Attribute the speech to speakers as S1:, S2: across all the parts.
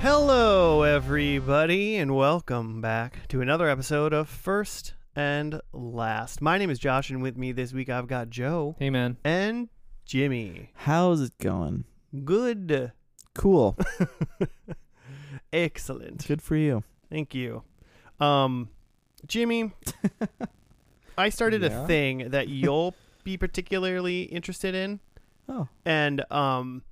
S1: Hello, everybody, and welcome back to another episode of First and Last. My name is Josh, and with me this week I've got Joe
S2: Hey man.
S1: and Jimmy.
S3: How's it going?
S1: Good.
S3: Cool.
S1: Excellent.
S3: Good for you.
S1: Thank you. Um, Jimmy, I started a
S3: Yeah?
S1: thing that you'll be particularly interested in,
S3: Oh,
S1: and um,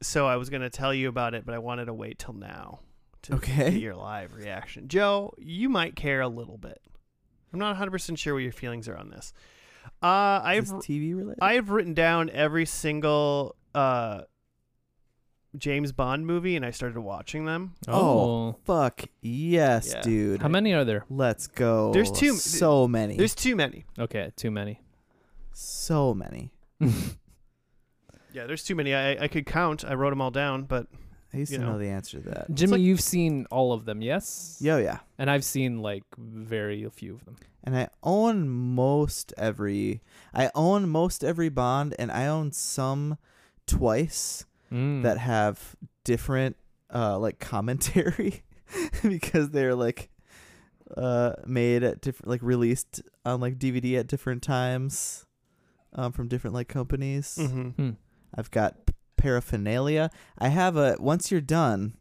S1: so I was going to tell you about it, but I wanted to wait till now to
S3: Okay.
S1: get your live reaction. Joe, you might care a little bit. I'm not 100% sure what your feelings are on this. Uh,
S3: is
S1: I've
S3: this TV related.
S1: I've written down every single uh, James Bond movie, and I started watching them.
S3: Oh. Fuck yes,
S1: Yeah.
S3: dude.
S2: How many are there?
S3: Let's go.
S1: There's too-
S3: So many.
S1: There's too many.
S2: Okay, too many.
S3: so many.
S1: Yeah, there's too many. I, I could count. I wrote them all down, but
S3: I used
S1: You
S3: to
S1: know.
S3: know the answer to that.
S2: Jimmy,
S1: like-
S2: you've seen all of them, yes?
S3: Yo, yeah.
S2: And I've seen like very few of them.
S3: And I own most every. I own most every Bond, and I own some twice
S2: Mm.
S3: that have different, uh, like commentary because they're like, uh, made at different, like released on like DVD at different times, um, from different like companies.
S1: Mhm.
S2: Hmm.
S3: I've got p- paraphernalia. I have a once you're done,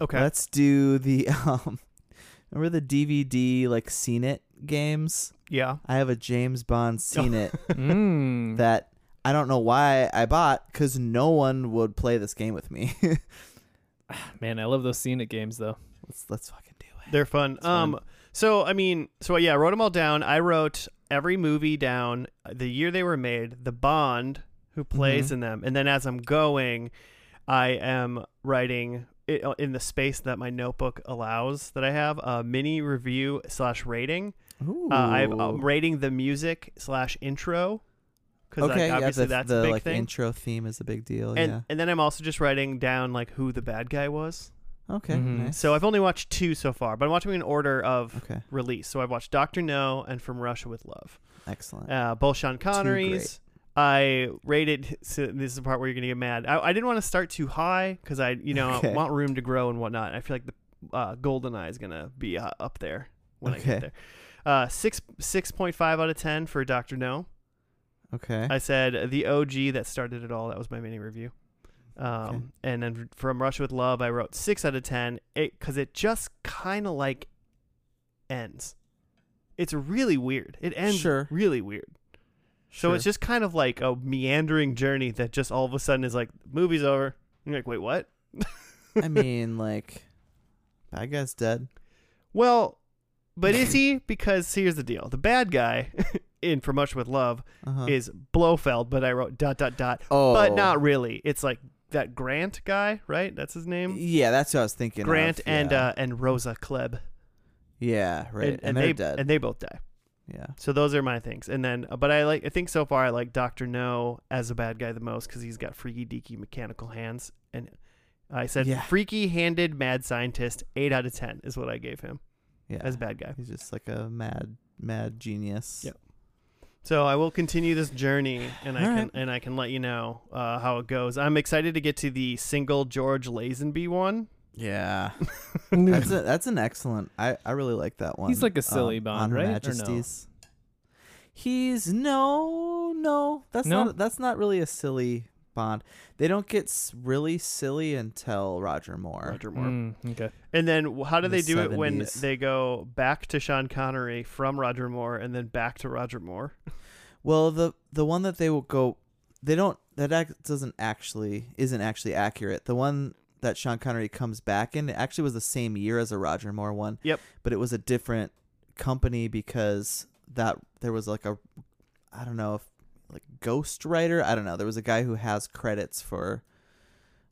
S1: okay.
S3: let's do the um remember the DVD like seen it games?
S1: yeah.
S3: I have a James Bond seen it
S2: Mm.
S3: that I don't know why I bought cuz no one would play this game with me.
S2: Man, I love those scenic games though.
S3: let's let's fucking do it.
S1: They're fun. um, so I mean, so yeah, I wrote them all down. I wrote every movie down, uh, the year they were made, the Bond who plays
S3: Mhm.
S1: in them, and then as I'm going, I am writing it, uh, in the space that my notebook allows that I have a mini review slash rating.
S3: Ooh.
S1: Uh, I've, I'm rating the music slash intro because
S3: okay, yeah,
S1: obviously
S3: the,
S1: that's
S3: the
S1: a big
S3: like
S1: thing.
S3: intro theme is a big deal,
S1: and and then I'm also just writing down like who the bad guy was.
S3: yeah. Okay,
S2: Mhm.
S3: nice.
S1: So I've only watched two so far, but I'm watching in order of
S3: Okay,
S1: release. So I've watched Doctor No and From Russia with Love,
S3: excellent.
S1: uh, both Sean Connery's. I rated. So this is the part where you're gonna get mad. I, I didn't want to start too high because I, you know,
S3: Okay.
S1: want room to grow and whatnot. I feel like the uh, Golden Eye is gonna be uh, up there when I
S3: Okay.
S1: get there. Uh, six six point five out of ten for Doctor No.
S3: okay.
S1: I said the OG that started it all. That was my mini review. Um,
S3: Okay.
S1: And then from Russia with Love, I wrote six out of ten. It because it just kind of like ends. It's really weird. It ends
S3: Sure.
S1: really weird. So it's just kind of like a meandering journey that just all of a sudden is like movie's over. And you're like, wait, what?
S3: I mean like bad guy's dead.
S1: Well, but is he? Because here's the deal: the bad guy in From Russia with Love
S3: Uh-huh.
S1: is Blofeld. But I wrote dot dot dot.
S3: oh.
S1: but not really. It's like that Grant guy, right? That's his name.
S3: Yeah, that's what I was thinking. of,
S1: Grant and
S3: yeah.
S1: uh, and Rosa Klebb.
S3: yeah,
S1: And,
S3: right, and,
S1: and
S3: they're
S1: they
S3: dead.
S1: and they both die.
S3: yeah,
S1: So those are my things. And then, uh, but I like. I think so far I like Doctor No as a bad guy the most because he's got freaky deaky mechanical hands. And I said
S3: Yeah.
S1: freaky handed mad scientist. Eight out of ten is what I gave him
S3: yeah.
S1: as bad guy.
S3: He's just like a mad, mad genius.
S1: Yep. So I will continue this journey, and I
S3: All
S1: can and I can let you know uh, how it goes. I'm excited to get to the single George Lazenby one.
S3: Yeah, that's a, that's an excellent. I I really like that one. um,
S2: like a silly Bond,
S3: on Her
S2: right? Or no?
S3: Majesty's. He's no, no. That's
S2: No?
S3: not that's not really a silly Bond. They don't get s- really silly until Roger Moore.
S1: Roger Moore.
S2: Mm, okay.
S1: And then w- how do
S3: The
S1: they do it when
S3: 70s.
S1: they go back to Sean Connery from Roger Moore and then back to Roger Moore?
S3: Well, the the one that they will go, they don't. That act doesn't actually isn't actually accurate. The one that Sean Connery comes back in it actually was the same year as a Roger Moore one.
S1: Yep.
S3: But it was a different company because that there was like a, I don't know if like ghost writer. I don't know. There was a guy who has credits for,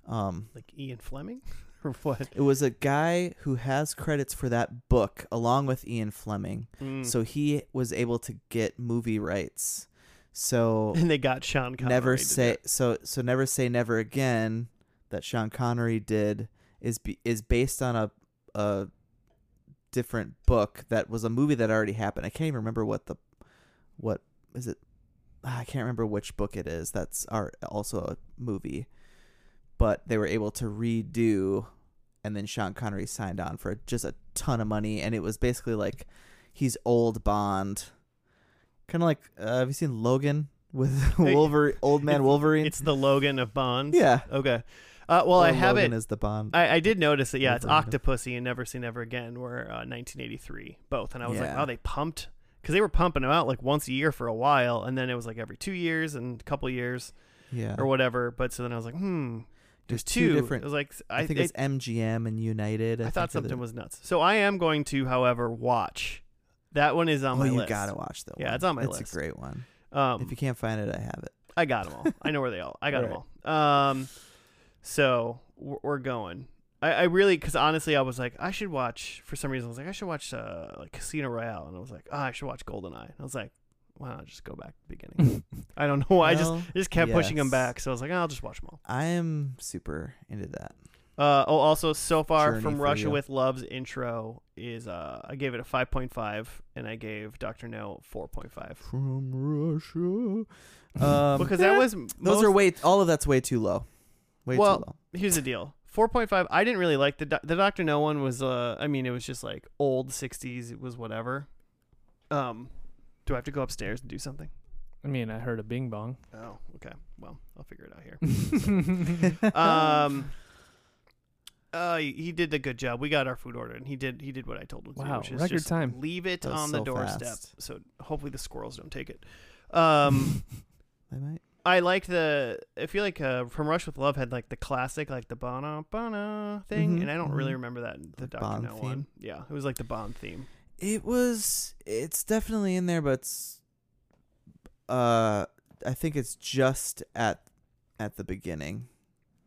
S3: um,
S1: Like Ian Fleming or what?
S3: it was a guy who has credits for that book along with Ian Fleming.
S1: Mm.
S3: So he was able to get movie rights. So
S1: and they got Sean Connery.
S3: never
S1: to do
S3: say
S1: it.
S3: so so never say never again that Sean Connery did is be, is based on a a different book that was a movie that already happened. I can't even remember what the what is it Ah, I can't remember which book it is. That's our also a movie. But they were able to redo and then Sean Connery signed on for just a ton of money, and it was basically like he's old Bond, kind of like uh, have you seen Logan with
S1: Hey,
S3: Wolver old man
S1: it's-
S3: Wolverine?
S1: It's the Logan of Bonds.
S3: yeah.
S1: Okay. Uh, well, I
S3: Or
S1: have
S3: Logan
S1: it.
S3: is the Bond.
S1: I, I did notice that. Yeah, it's
S3: Never heard of.
S1: Octopussy and Never See Never Again were uh, 1983 both, and I was like,
S3: Yeah.
S1: wow, they pumped because they were pumping them out like once a year for a while, and then it was like every two years and a couple years
S3: yeah,
S1: or whatever. But so then I was like, hmm, there's two.
S3: different.
S1: It was like
S3: I,
S1: I,
S3: think
S1: it-
S3: it's MGM and United. I,
S1: I thought
S3: think are the-
S1: something was nuts. So I am going to, however, watch. That one is on
S3: oh,
S1: my
S3: you
S1: list.
S3: gotta watch that.
S1: Yeah,
S3: one.
S1: it's on my
S3: It's
S1: list.
S3: a great one.
S1: Um,
S3: if you can't find it, I have it.
S1: I got them all. I know where they all. I got them
S2: Right.
S1: all. Um, so we're, we're going. I, I really, because honestly, I was like, I should watch. For some reason, I was like, I should watch uh, like Casino Royale, and I was like, oh, I should watch GoldenEye. And I was like, why not just go back to the beginning? I don't know why. I just
S3: Well,
S1: I just kept pushing them
S3: yes.
S1: back. So I was like, "Ah, I'll just watch them all.
S3: I am super into that.
S1: Uh, oh, also, so far
S3: Journey
S1: from
S3: for
S1: Russia
S3: you.
S1: with Love's intro is uh, I gave it a five point five, and I gave Doctor No four point five
S3: From Russia. Um,
S1: because that was
S3: those are way all of that's way too low. Way
S1: Well,
S3: too low.
S1: here's the deal 4.5 i didn't really like the doc- the dr no one was uh i mean it was just like old 60s it was whatever um do i have to go upstairs and do something
S2: I mean, I heard a bing bong.
S1: oh okay well i'll figure it out here
S2: Mm.
S3: Oh.
S1: um uh he he did a good job we got our food ordered and he did he did what i told him to do,
S2: Wow,
S1: which is
S2: record
S1: just
S2: time.
S1: leave it
S3: That was
S1: on the
S3: so
S1: doorstep
S3: fast.
S1: so hopefully the squirrels don't take it um
S3: They might.
S1: I like the. I feel like uh, from Rush with Love had like the classic, like the Bono Bono uh, thing,
S3: Mhm,
S1: and I don't really
S3: mhm.
S1: remember that in the
S3: The
S1: Doctor
S3: Bond
S1: No one.
S3: theme.
S1: Yeah, it was like the Bond theme.
S3: It was. It's definitely in there, but it's. Uh, I think it's just at, at the beginning.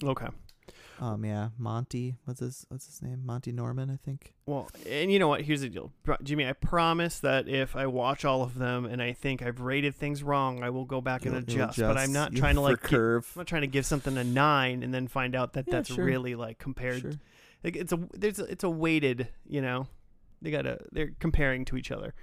S1: Okay.
S3: Um, yeah, Monty. What's his What's his name? Monty Norman, I think.
S1: Well, and you know what? Here's the deal, Bro- Jimmy. I promise that if I watch all of them and I think I've rated things wrong, I will go back and
S3: You'll- you'll
S1: adjust. But I'm
S3: adjust
S1: not
S3: you-
S1: trying to
S3: for
S1: like. gi-
S3: curve.
S1: I'm not trying to give something a nine and then find out that
S3: Yeah,
S1: that's
S3: sure.
S1: really like compared.
S3: Sure.
S1: Like it's a there's a, it's a weighted, you know. They got to they're comparing to each other.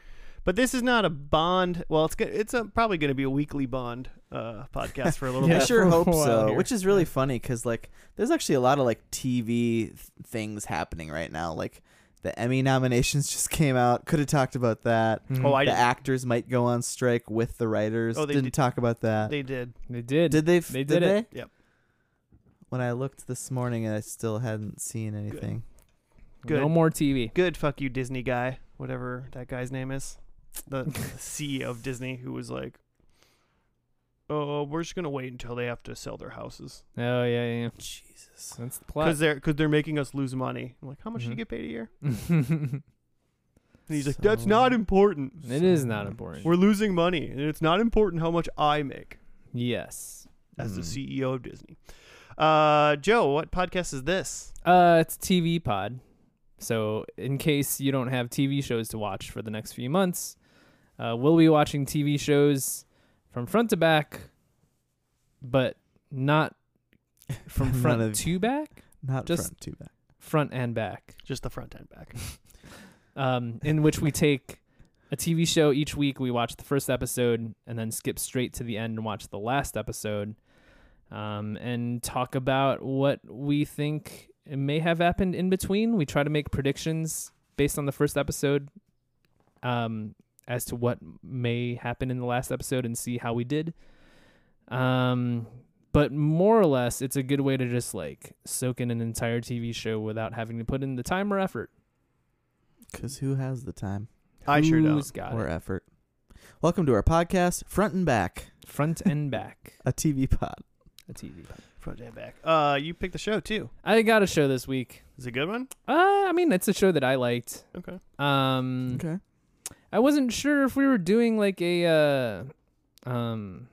S1: But this is not a bond. Well, it's go- it's a, probably going to be a weekly bond uh, podcast for a little
S2: Yeah,
S3: I
S1: bit.
S3: sure
S2: for a
S3: hope
S2: while
S3: so.
S2: here.
S3: Which is really funny because like there's actually a lot of like TV th- things happening right now. Like the Emmy nominations just came out. Could have talked about that.
S1: Oh, I
S3: the
S1: did-
S3: actors might go on strike with the writers.
S1: Oh, they
S3: Didn't
S1: did-
S3: talk about that.
S1: They did.
S2: They did.
S3: did they? f-
S2: they did it.
S3: They?
S1: Yep.
S3: When I looked this morning, I still hadn't seen anything.
S1: Good.
S2: No more TV.
S1: Good fuck you Disney guy, whatever that guy's name is. The, the CEO of Disney who was like Oh, we're just going to wait until they have to sell their houses
S2: Oh yeah, yeah. yeah.
S3: Jesus.
S2: That's the
S1: cuz
S2: plot.
S1: they're cuz they're making us lose money. I'm like, "How much do you
S2: Mhm.
S1: get paid a year?"
S2: it
S1: And he's like,
S3: Mm-hmm. So-
S1: "That's not important.
S2: is not important.
S1: We're losing money, and it's not important how much I make."
S2: yes.
S1: as
S3: Hmm.
S1: the CEO of Disney. Uh, Joe, what podcast is this?
S2: Uh, it's TV Pod. So in case you don't have TV shows to watch for the next few months, uh, we'll be watching TV shows from front to back, but not from
S3: None
S2: front
S3: of-
S2: to back,
S3: Not
S2: Just-
S3: front too bad.
S2: front and back.
S1: Just the front end back.
S2: um, in which we take a TV show each week. We watch the first episode and then skip straight to the end and watch the last episode um, and talk about what we think may have happened in between. We try to make predictions based on the first episode um, as to what may happen in the last episode and see how we did. Um, but more or less, it's a good way to just like soak in an entire TV show without having to put in the time or effort.
S3: Because who has the time
S1: I sure don't.
S2: Who's got
S3: or
S2: it?
S3: effort? Welcome to our podcast, Front and Back,
S2: Front and back.
S3: a TV pod.
S2: A TV. pod.
S1: Front end back. Uh, you picked the show too.
S2: I got a show this week.
S1: Is it a good one?
S2: Uh, I mean, it's a show that I liked.
S1: Okay.
S2: Um,
S3: Okay.
S2: I wasn't sure if we were doing like a, uh, um,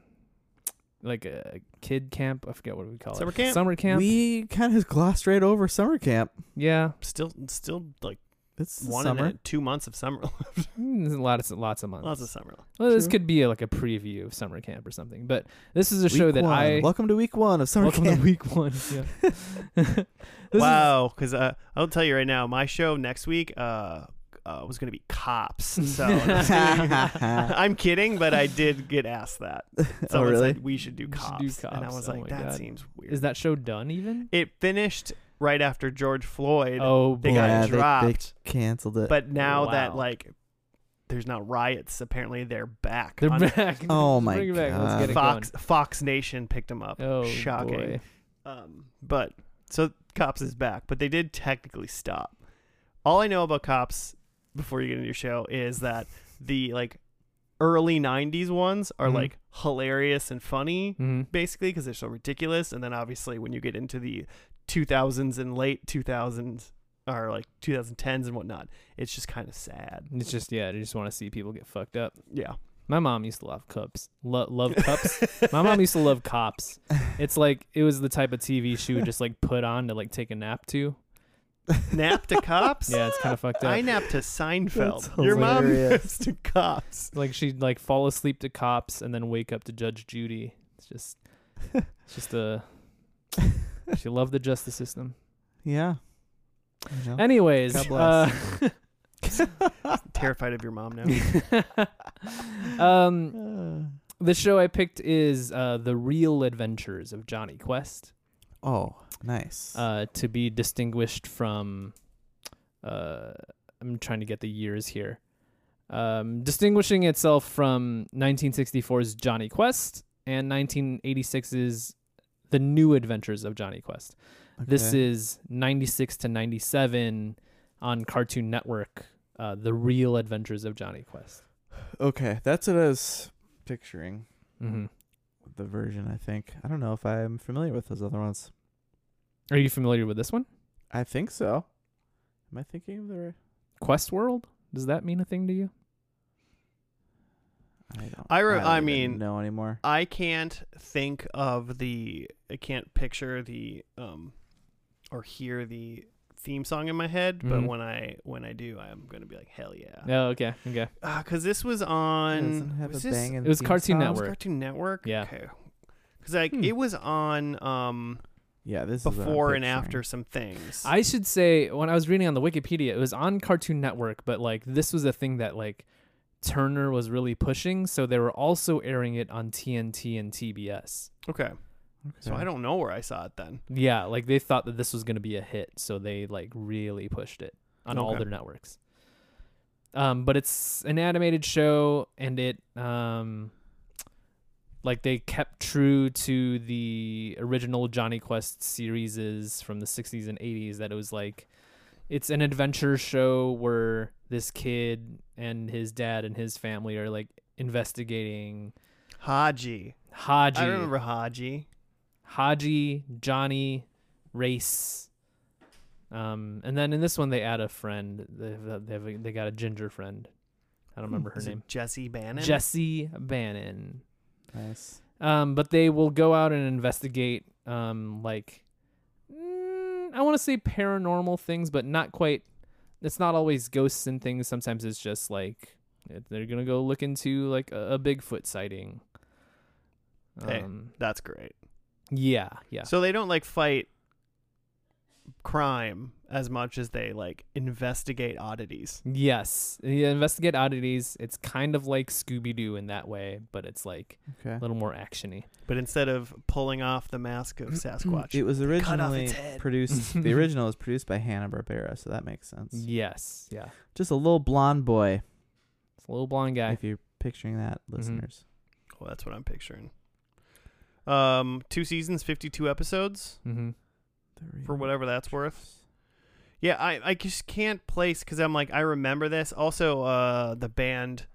S2: like a kid camp. I forget what we call
S1: Summer
S2: it.
S1: camp?
S2: Summer camp.
S3: We kind of glossed right over summer camp.
S2: yeah.
S1: Still, still like
S3: It's the
S1: one
S3: summer.
S1: and a, two months of summer.
S2: Mm, There's lots, lots of months.
S1: Lots of summer.
S2: well, this
S3: true.
S2: could be like a preview of summer camp or something. But this is a show
S3: Week
S2: that
S3: one.
S2: I
S3: welcome to week one of summer
S2: welcome
S3: camp.
S2: to week one. Yeah. This is-
S1: wow, because uh, I'll tell you right now, my show next week uh, uh was gonna be cops. So that's gonna be- I'm kidding, but I did get asked that.
S3: oh
S1: Someone
S3: really?
S1: said we should do
S2: We should
S1: cops,
S2: do
S1: and I
S2: cops.
S1: was
S2: Oh
S1: like,
S2: my
S1: that
S2: God.
S1: seems weird.
S2: is that show done even?
S1: it finished right after George Floyd.
S2: Oh
S1: they
S2: boy.
S1: got
S3: Yeah, they- they-
S1: dropped.
S3: Canceled it.
S1: But now that
S2: Wow.
S1: like there's not riots, apparently they're back.
S2: They're
S1: on-
S2: back.
S3: Oh
S2: Let's
S3: my
S2: bring it back. Let's
S3: God.
S2: get it
S1: Fox Fox Nation picked them up.
S2: going. Oh
S1: Shocking.
S2: boy.
S1: Um, but so cops is back, but they did technically stop. All I know about cops before you get into your show is that the like early '90s ones are
S2: Mhm.
S1: like hilarious and funny,
S2: Mhm.
S1: basically because they're so ridiculous. And then obviously when you get into the 2000s and late 2000s or like 2010s and whatnot, it's just kind of sad.
S2: It's just yeah, they just want to see people get fucked up.
S1: Yeah,
S2: My mom used to love cups. Lo- love cups. My mom used to love cops. It's like it was the type of TV she would just like put on to like take a nap to.
S1: nap to cops.
S2: Yeah, it's kind of fucked up.
S1: I nap to Seinfeld.
S3: That's
S1: Your mom
S3: hilarious.
S1: naps to cops.
S2: Like she'd like fall asleep to cops and then wake up to Judge Judy. It's just, it's just a. She loved the justice system.
S3: yeah. You know?
S2: Anyways,
S3: God bless.
S2: uh,
S1: Terrified of your mom now.
S2: um,
S3: Uh,
S2: the show I picked is uh, the Real Adventures of Johnny Quest,
S3: oh, nice.
S2: uh, to be distinguished from. Uh, I'm trying to get the years here. Um, distinguishing itself from 1964's Johnny Quest and 1986's The New Adventures of Johnny Quest. This
S3: Okay.
S2: is 96 to 97 on Cartoon Network, uh, The Real Adventures of Johnny Quest.
S3: okay. That's what I was picturing.
S2: hmm
S3: The version, I think. I don't know if I'm familiar with those other ones.
S2: Are you familiar with this one?
S3: I think so. Am I thinking of the? Right?
S2: Quest World? Does that mean a thing to you?
S3: I don't.
S1: I re- I
S3: even
S1: mean-
S3: know anymore.
S1: I can't think of the I can't picture the um or hear the theme song in my head, but
S2: Mhm.
S1: when I when I do, I'm gonna be like hell yeah,
S2: Oh, okay. Okay.
S1: because this was
S3: It
S1: on
S3: doesn't have
S1: was
S3: a
S1: this-
S3: banging
S2: It was
S3: theme
S2: Cartoon
S3: song.
S1: it was
S2: Network.
S1: Cartoon Network,
S2: Yeah.
S1: okay. Because like
S2: Hmm.
S1: it was on um
S3: Yeah, this is what I'm
S1: before and
S3: picturing.
S1: after some things.
S2: I should say when I was reading on the Wikipedia, it was on Cartoon Network, but like this was a thing that like Turner was really pushing, so they were also airing it on TNT and TBS.
S1: okay, so
S3: Okay.
S1: I don't know where I saw it then.
S2: Yeah, like they thought that this was going to be a hit, so they like really pushed it on all
S1: Okay.
S2: their networks. Um, but it's an animated show, and it um, like they kept true to the original Johnny Quest series from the '60s and '80s. That it was like it's an adventure show where this kid and his dad and his family are like investigating
S1: Haji,
S2: Haji.
S1: I remember Haji.
S2: Haji, Johnny, Race. Um, and then in this one they add a friend. They have, they, have a, they got a ginger friend. I don't remember her
S1: Is it
S2: name.
S1: Jesse Bannon.
S2: Jesse Bannon.
S3: Nice.
S2: Um, but they will go out and investigate, um, like, mm, I want to say paranormal things, but not quite. It's not always ghosts and things. Sometimes it's just like they're gonna go look into like a, a Bigfoot sighting.
S1: Hey.
S2: Um,
S1: That's great.
S2: yeah, yeah.
S1: So they don't like fight crime as much as they like investigate oddities.
S2: Yes, you investigate oddities. It's kind of like Scooby Doo in that way, but it's like
S3: Okay.
S2: a little more actiony.
S1: But instead of pulling off the mask of Sasquatch,
S3: Mm-hmm. It was
S1: cut off
S3: originally
S1: its head.
S3: produced. the original was produced by Hanna Barbera, so that makes sense.
S2: Yes, yeah,
S3: Just a little blonde boy,
S2: it's a little blonde guy.
S3: if you're picturing that,
S2: Mm-hmm.
S3: listeners.
S1: oh, that's what I'm picturing. Um, two seasons, 52 episodes,
S2: Mm-hmm.
S3: The
S1: for
S3: real-
S1: whatever that's worth. Yeah, I, I just can't place because I'm like I remember this. Also, uh, the band,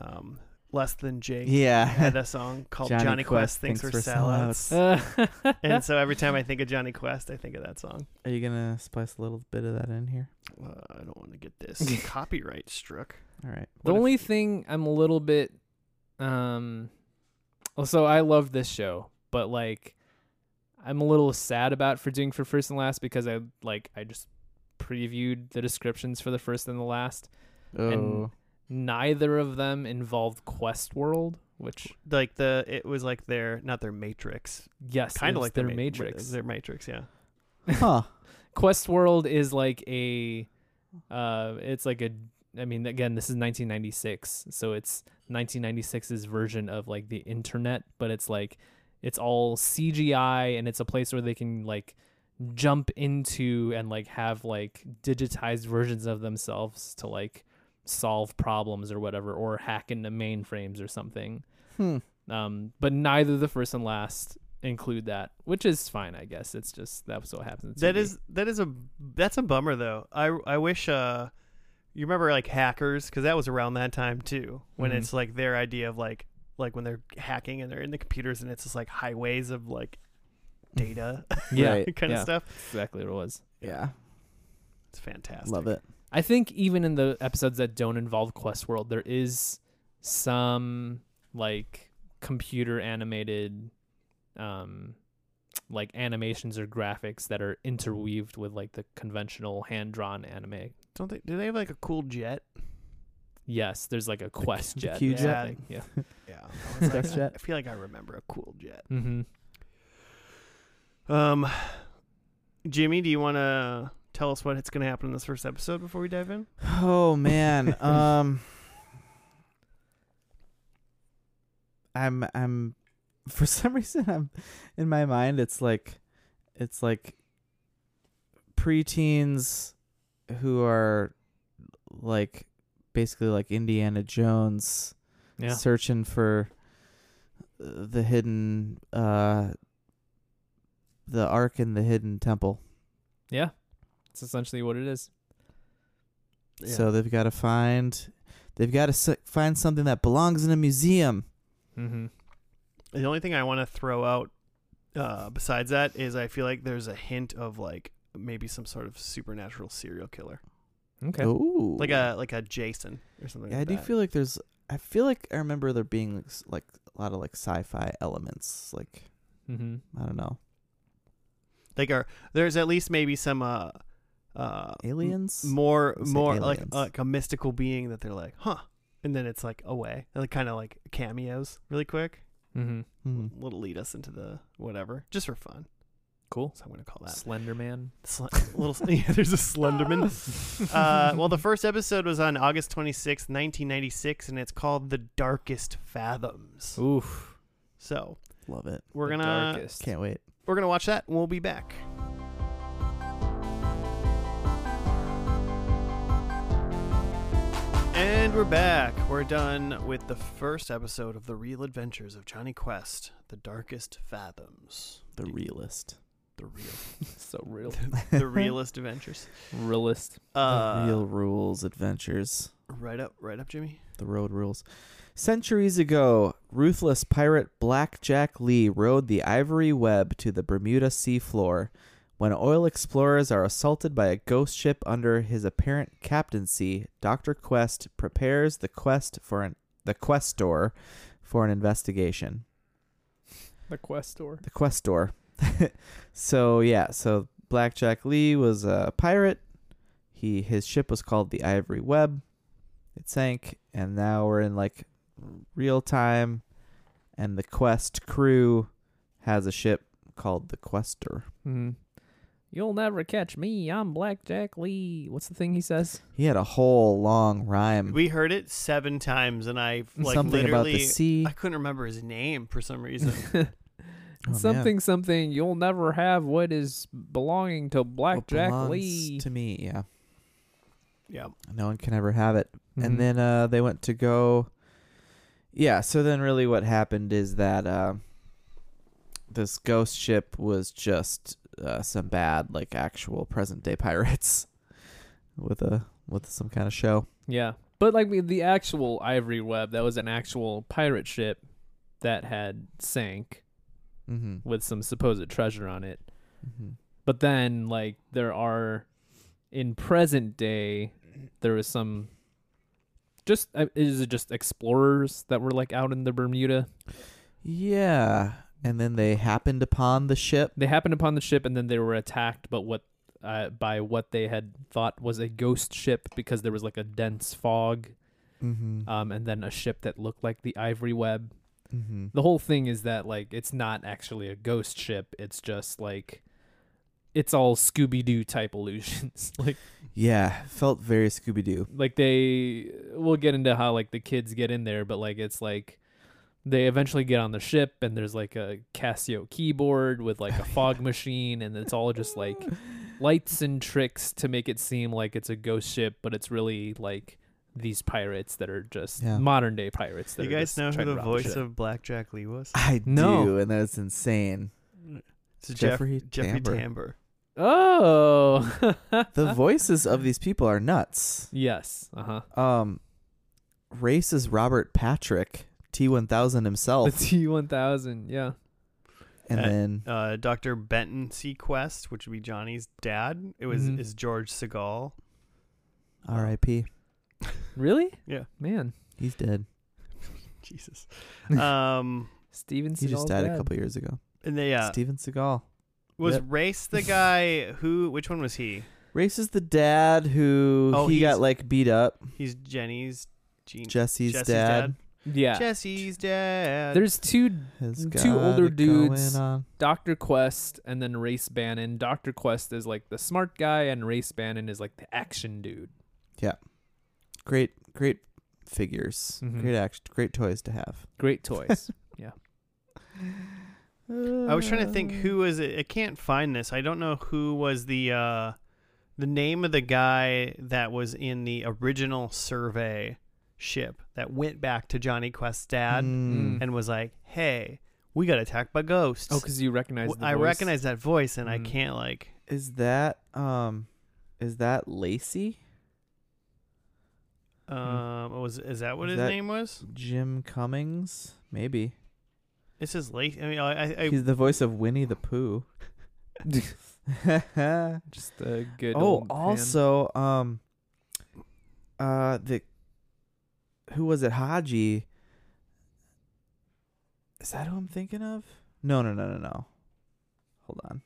S1: um, Less Than Jake, had
S3: Yeah.
S1: a song called Johnny, Quest, Thanks for Sellouts. and uh, so every time I think of Johnny Quest, I think of that song.
S3: Are you gonna splice a little bit of that in here?
S1: Uh, I don't want to get this copyright struck.
S3: All right.
S2: the
S1: What if-
S2: only thing I'm a little bit, um, so I love this show, but like, I'm a little sad about for doing for first and last because I like I just previewed the descriptions for the first and the last.
S3: Oh,
S2: And- Neither of them involved Quest World, which
S1: Like the it was like their not their Matrix,
S2: Yes,
S1: kind of like
S2: their
S1: the Ma-
S2: Matrix.
S1: Their Matrix, yeah.
S3: huh?
S2: Quest World is like a, uh, it's like a. I mean, again, this is 1996, so it's 1996's version of like the internet, but it's like it's all CGI and it's a place where they can like jump into and like have like digitized versions of themselves to like solve problems or whatever or hack into mainframes or something
S3: Hmm.
S2: um but neither the first and last include that which is fine i guess it's just that's what happens in
S1: That
S2: 2D.
S1: is that is a that's a bummer though. I I wish uh you remember like hackers because that was around that time too when
S3: Mm-hmm.
S2: Mhm.
S1: it's like their idea of like like when they're hacking and they're in the computers and it's just like highways of like data
S2: yeah
S3: Right.
S1: kind
S2: yeah,
S1: of stuff.
S2: exactly what it was
S3: Yeah.
S1: It's fantastic.
S3: Love it.
S2: I think even in the episodes that don't involve Quest World, there is some like computer animated, um, like animations or graphics that are interweaved with like the conventional hand drawn anime.
S1: Don't they? Do they have like a cool jet?
S2: Yes, there's like a Quest
S3: the
S2: jet. or
S3: Q
S1: jet?
S2: something, Yeah.
S1: Yeah. I, was like,
S3: Sex jet.
S1: I feel like I remember a cool jet.
S2: Mm-hmm.
S1: Um, Jimmy, do you want to tell us what's going to happen in this first episode before we dive in?
S3: Oh man. um I'm I'm for some reason I'm in my mind it's like it's like preteens who are like basically like Indiana Jones
S2: Yeah.
S3: searching for uh, the hidden uh the ark in the hidden temple.
S2: Yeah. It's essentially what it is.
S3: So they've got to find, they've got to s- find something that belongs in a museum.
S2: Mm-hmm.
S1: The only thing I want to throw out uh, besides that is I feel like there's a hint of like maybe some sort of supernatural serial killer,
S2: Okay.
S3: Ooh,
S1: like a like a Jason or something.
S3: Yeah,
S1: like
S3: I do
S1: that.
S3: feel like there's. I feel like I remember there being like, s- like a lot of like sci-fi elements. Like
S2: Mm-hmm.
S3: I don't know,
S1: like our, there's at least maybe some uh uh
S3: aliens.
S1: more
S3: Let's say
S1: more like
S3: aliens.
S1: like a mystical being that they're like huh and then it's like away and like kind of like cameos really quick
S2: Mm-hmm.
S3: Hmm.
S1: little lead us into the whatever just for fun
S2: Cool.
S1: so i'm gonna call that
S2: Slender Man.
S1: Sl- little yeah, there's a slenderman uh, well the first episode was on august twenty sixth, 1996 and it's called the darkest fathoms
S2: Oof.
S1: so
S3: Love it.
S1: we're
S2: the
S1: gonna
S2: darkest.
S3: Can't wait.
S1: we're gonna watch that and we'll be back and we're back we're done with the first episode of the real adventures of johnny quest the darkest fathoms
S3: The realist.
S1: the real
S2: so real.
S1: the realest adventures
S2: Realist.
S1: uh
S3: the real rules adventures.
S1: right up right up jimmy
S3: The road rules. Centuries ago, ruthless pirate Blackjack Lee rode the ivory web to the Bermuda seafloor when oil explorers are assaulted by a ghost ship under his apparent captaincy. Dr. Quest prepares the quest for an the questor for an investigation.
S2: The Quest Store.
S3: The questor. so yeah, so Blackjack Lee was a pirate. He his ship was called the Ivory Web. It sank, and now we're in like real time, and the quest crew has a ship called the Quester.
S2: Mm-hmm. You'll never catch me. I'm Blackjack Lee. What's the thing he says?
S3: He had a whole long rhyme.
S1: we heard it seven times and i like
S3: Something about
S1: literally
S3: the sea.
S1: i couldn't remember his name for some reason
S3: Oh, man.
S2: something, something. You'll never have what is belonging to
S3: What
S2: Blackjack
S3: belongs
S2: Lee.
S3: To me, yeah.
S1: yeah
S3: No one can ever have it.
S2: Mm-hmm.
S3: and then uh, they went to go. Yeah, so then really what happened is that uh, this ghost ship was just uh, some bad, like actual present day pirates, with a with some kind of show.
S2: yeah, but like we- the actual Ivory Web, that was an actual pirate ship that had sank
S3: Mm-hmm.
S2: with some supposed treasure on it.
S3: Mm-hmm.
S2: But then, like, there are in present day, there was some. Just uh, is it just explorers that were like out in the Bermuda?
S3: Yeah, and then they happened upon the ship.
S2: they happened upon the ship and then they were attacked but what uh, by what they had thought was a ghost ship because there was like a dense fog
S3: Mm-hmm.
S2: um, and then a ship that looked like the ivory web
S3: mm-hmm.
S2: the whole thing is that like it's not actually a ghost ship it's just like it's all scooby-doo type illusions like
S3: Yeah, felt very Scooby Doo.
S2: like they we'll get into how like the kids get in there but like it's like they eventually get on the ship and there's like a Casio keyboard with like a fog machine and it's all just like lights and tricks to make it seem like it's a ghost ship, but it's really like these pirates that are just
S3: Yeah.
S2: modern day pirates. That
S1: you
S2: are
S1: guys
S2: just
S1: know who
S2: trying to
S1: the
S2: rob
S1: voice
S2: ship.
S1: of Blackjack Lee was?
S3: I
S2: No.
S3: do, and that's insane.
S1: It's Jeff-
S3: Jeffrey
S1: Jeffrey
S3: Tambor.
S1: Tambor.
S2: Oh,
S3: The voices of these people are nuts.
S2: yes, uh huh.
S3: Um, race is Robert Patrick, T1000
S2: The
S3: himself,
S2: T one thousand, yeah.
S3: and
S1: Uh,
S3: then
S1: Uh, Dr. Benton Sequest, which would be Johnny's dad. It was
S2: Mhm.
S1: is George Segal.
S3: R.I.P.
S2: Really?
S1: Yeah.
S2: man.
S3: He's dead.
S1: Jesus. Um,
S2: Steven
S3: He just
S2: Seagal's
S3: died a
S2: dad.
S3: couple years ago.
S1: and they uh,
S3: Steven Seagal.
S1: was
S3: Yep.
S1: Race the guy who? Which one was he?
S3: Race is the dad who
S1: Oh,
S3: he
S1: he's-
S3: got like beat up.
S1: He's Jenny's. Gene-
S3: Jesse's,
S1: Jesse's
S3: dad.
S2: Yeah,
S1: Jesse's dad.
S2: there's two
S3: has
S2: Two
S3: got
S2: older
S3: it going
S2: dudes.
S3: on.
S2: Dr. Quest and then Race Bannon. Dr. Quest is like the smart guy, and Race Bannon is like the action dude.
S3: Great, great figures.
S1: Mm-hmm.
S2: Mhm.
S3: Great act. Great toys to have.
S2: Great toys.
S1: I was trying to think who was it. I can't find this. I don't know who was the uh, the name of the guy that was in the original survey ship that went back to Johnny Quest's dad
S3: Hmm.
S2: Mm.
S1: and was like, "Hey, we got attacked by ghosts."
S2: oh, because you recognize
S1: W-
S2: the
S1: I
S2: voice.
S1: recognize that voice, and I
S2: Mm.
S1: can't like.
S3: Is that um, is that Lacey?
S2: Hmm.
S1: Um, was is that what
S3: Is
S1: his
S3: that-
S1: name was?
S3: Jim Cummings? Maybe
S1: It says late. I mean, I, I, I
S3: he's the voice of Winnie the Pooh. oh,
S2: Just a good. old man.
S3: also um, uh, the who was it? Haji. Is that who I'm thinking of? No, no, no, no, no. Hold on.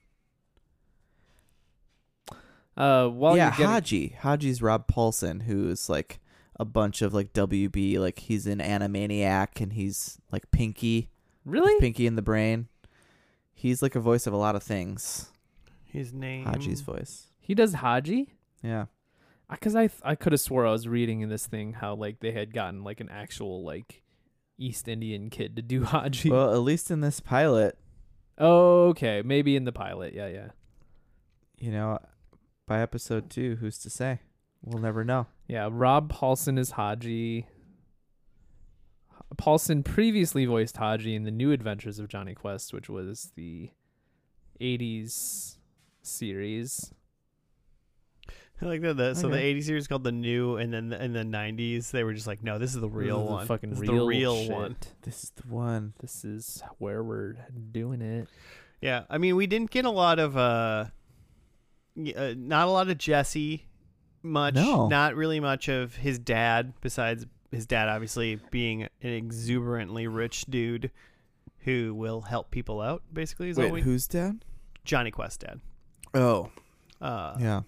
S2: Uh, while
S3: yeah,
S2: you're getting-
S3: Haji. Haji's Rob Paulson, who's like a bunch of like WB, like he's an Animaniac and he's like Pinky, with
S2: really?
S3: Pinky in the Brain. He's like a voice of a lot of things.
S1: his name.
S3: Haji's
S2: Mm.
S3: voice.
S2: He does Haji.
S3: Yeah.
S2: Because I, th- I could have swore I was reading in this thing how like they had gotten like an actual like East Indian kid to do Haji.
S3: Well, at least in this pilot,
S2: okay, maybe in the pilot. Yeah, yeah,
S3: you know, by episode two, who's to say? We'll never know.
S2: yeah. Rob Paulson is Haji. Paulson previously voiced Haji in the New Adventures of Johnny Quest, which was the '80s series.
S1: I like that. The, so the
S3: Okay.
S1: '80s series is called the new, and then in the '90s they were just like, no, this is the real
S2: this is the
S1: one.
S2: fucking
S1: This is
S2: real,
S1: the real
S2: shit.
S1: one.
S3: This is the one.
S2: This is where we're doing it.
S1: Yeah, I mean, we didn't get a lot of, uh, y- uh not a lot of Jesse, much,
S3: No.
S1: not really much of his dad. Besides his dad, obviously being an exuberantly rich dude who will help people out. Basically, is all we,
S3: who's down?
S1: Johnny Quest dad.
S3: Oh,
S1: Uh,
S3: yeah.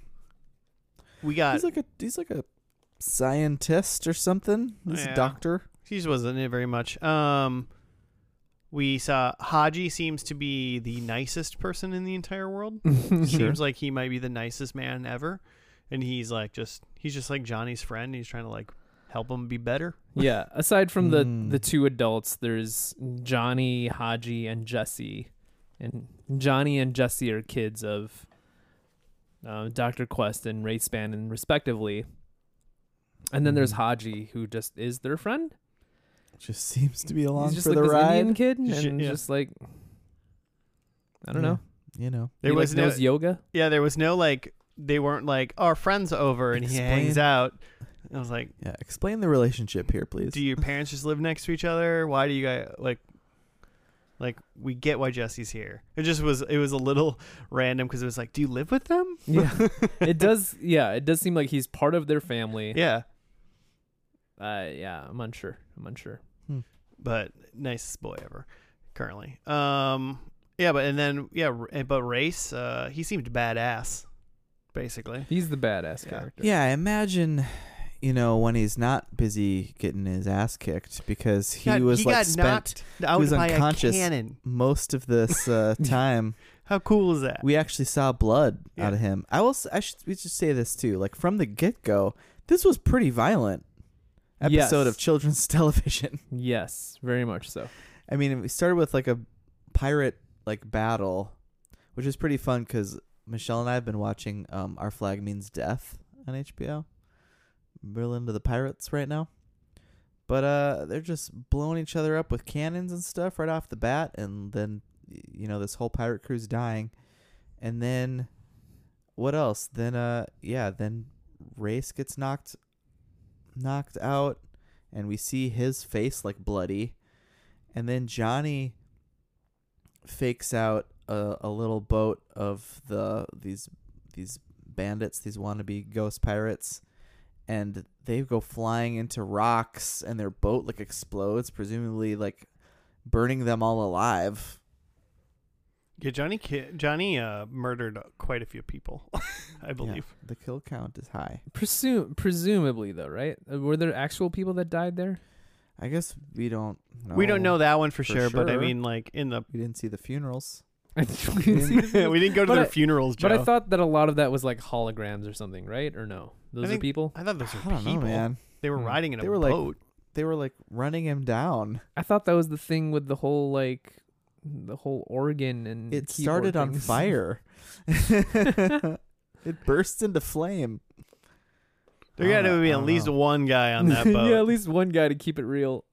S1: we got.
S3: he's like a he's like a scientist or something. He's
S1: Yeah.
S3: a doctor.
S1: She just wasn't in it very much. Um, we saw Haji seems to be the nicest person in the entire world. Seems like he might be the nicest man ever, and he's like just he's just like Johnny's friend. He's trying to like help him be better.
S2: Yeah. Aside from the
S3: Mm.
S2: the two adults, there's Johnny, Haji, and Jesse, and Johnny and Jesse are kids of uh, Doctor Quest and Ray Spannon, respectively. And then there's
S3: Mm.
S2: Haji, who just is their friend.
S3: Just seems to be along
S2: He's just
S3: for
S2: like
S3: the
S2: this
S3: ride.
S2: Indian kid, and
S1: Just- yeah.
S2: just like I don't
S3: Yeah,
S2: know.
S3: You know.
S1: There
S2: he
S1: was
S2: like,
S1: no
S2: knows yoga.
S1: yeah, there was no like they weren't like "Oh, our friends over and he hangs
S3: Explain.
S1: out. I was like,
S3: Yeah. Explain the relationship here, please.
S1: do your parents just live next to each other? Why do you guys like? Like we get why Jesse's here. It just was. It was a little random because it was like, do you live with them?
S2: Yeah, it does. Yeah, it does seem like he's part of their family.
S1: Yeah.
S2: Uh, yeah, I'm unsure. I'm unsure.
S1: but nicest boy ever currently um yeah but and then yeah r- and- but race uh he seemed badass basically
S2: He's the badass
S1: Yeah.
S2: character.
S3: yeah, I imagine you know when he's not busy getting his ass kicked because he
S1: God,
S3: was like
S1: got
S3: spent
S1: knocked out
S3: was
S1: by
S3: unconscious.
S1: a cannon
S3: most of this uh, time
S1: how cool is that
S3: we actually saw blood
S1: Yeah.
S3: out of him. I will s- I should we should say this too. Like from the get-go, this was pretty violent. episode
S2: Yes.
S3: of children's television.
S2: Yes, very much so.
S3: I mean, we started with like a pirate like battle, which is pretty fun because Michelle and I have been watching um, "Our Flag Means Death" on HBO. We're into the pirates right now, but uh, they're just blowing each other up with cannons and stuff right off the bat, and then y- you know this whole pirate crew's dying, and then what else? Then uh, yeah, then Race gets knocked knocked out, and we see his face like bloody. And then Johnny fakes out a, a little boat of the these these bandits, these wannabe ghost pirates, and they go flying into rocks and their boat like explodes, presumably like burning them all alive.
S1: Yeah, Johnny ki- Johnny uh, murdered quite a few people, I believe.
S3: The kill count is high.
S2: Presume, presumably though, right? Uh, Were there actual people that died there?
S3: I guess we don't know.
S1: We don't know that one for,
S3: For
S1: sure, but I
S3: sure.
S1: mean, like in the
S3: We didn't see the funerals.
S2: I didn't see
S1: we
S2: this.
S1: didn't go to
S2: But
S1: their
S2: I-
S1: funerals, Joe.
S2: but I thought that a lot of that was like holograms or something, right? Or no? Those are
S1: think-
S2: people.
S1: I thought those were
S3: I don't
S1: people.
S3: know, man.
S1: They were
S2: Hmm.
S1: riding in a
S3: They were, like,
S1: boat.
S3: They were like running him down.
S2: I thought that was the thing with the whole like the whole organ and
S3: It
S2: keyboard
S3: started on
S2: things.
S3: fire. it burst into flame.
S1: there had to
S3: I don't-
S1: be
S3: I
S1: at
S3: don't
S1: least
S3: know.
S1: one guy on that boat.
S2: yeah, at least one guy to keep it real.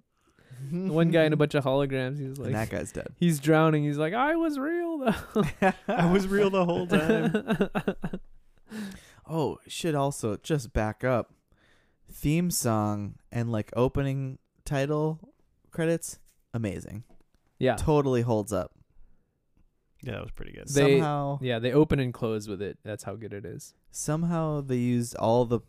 S2: One guy in a bunch of holograms. He's
S3: and that
S2: like,
S3: guy's dead.
S2: he's drowning. He's like, I was real though.
S1: I was real the whole time.
S3: Oh, should also just back up. Theme song and like opening title credits, amazing.
S2: yeah,
S3: Totally holds up.
S1: yeah, that was pretty good.
S2: They-
S3: somehow,
S2: yeah. They open and close with it. That's how good it is.
S3: somehow they used all the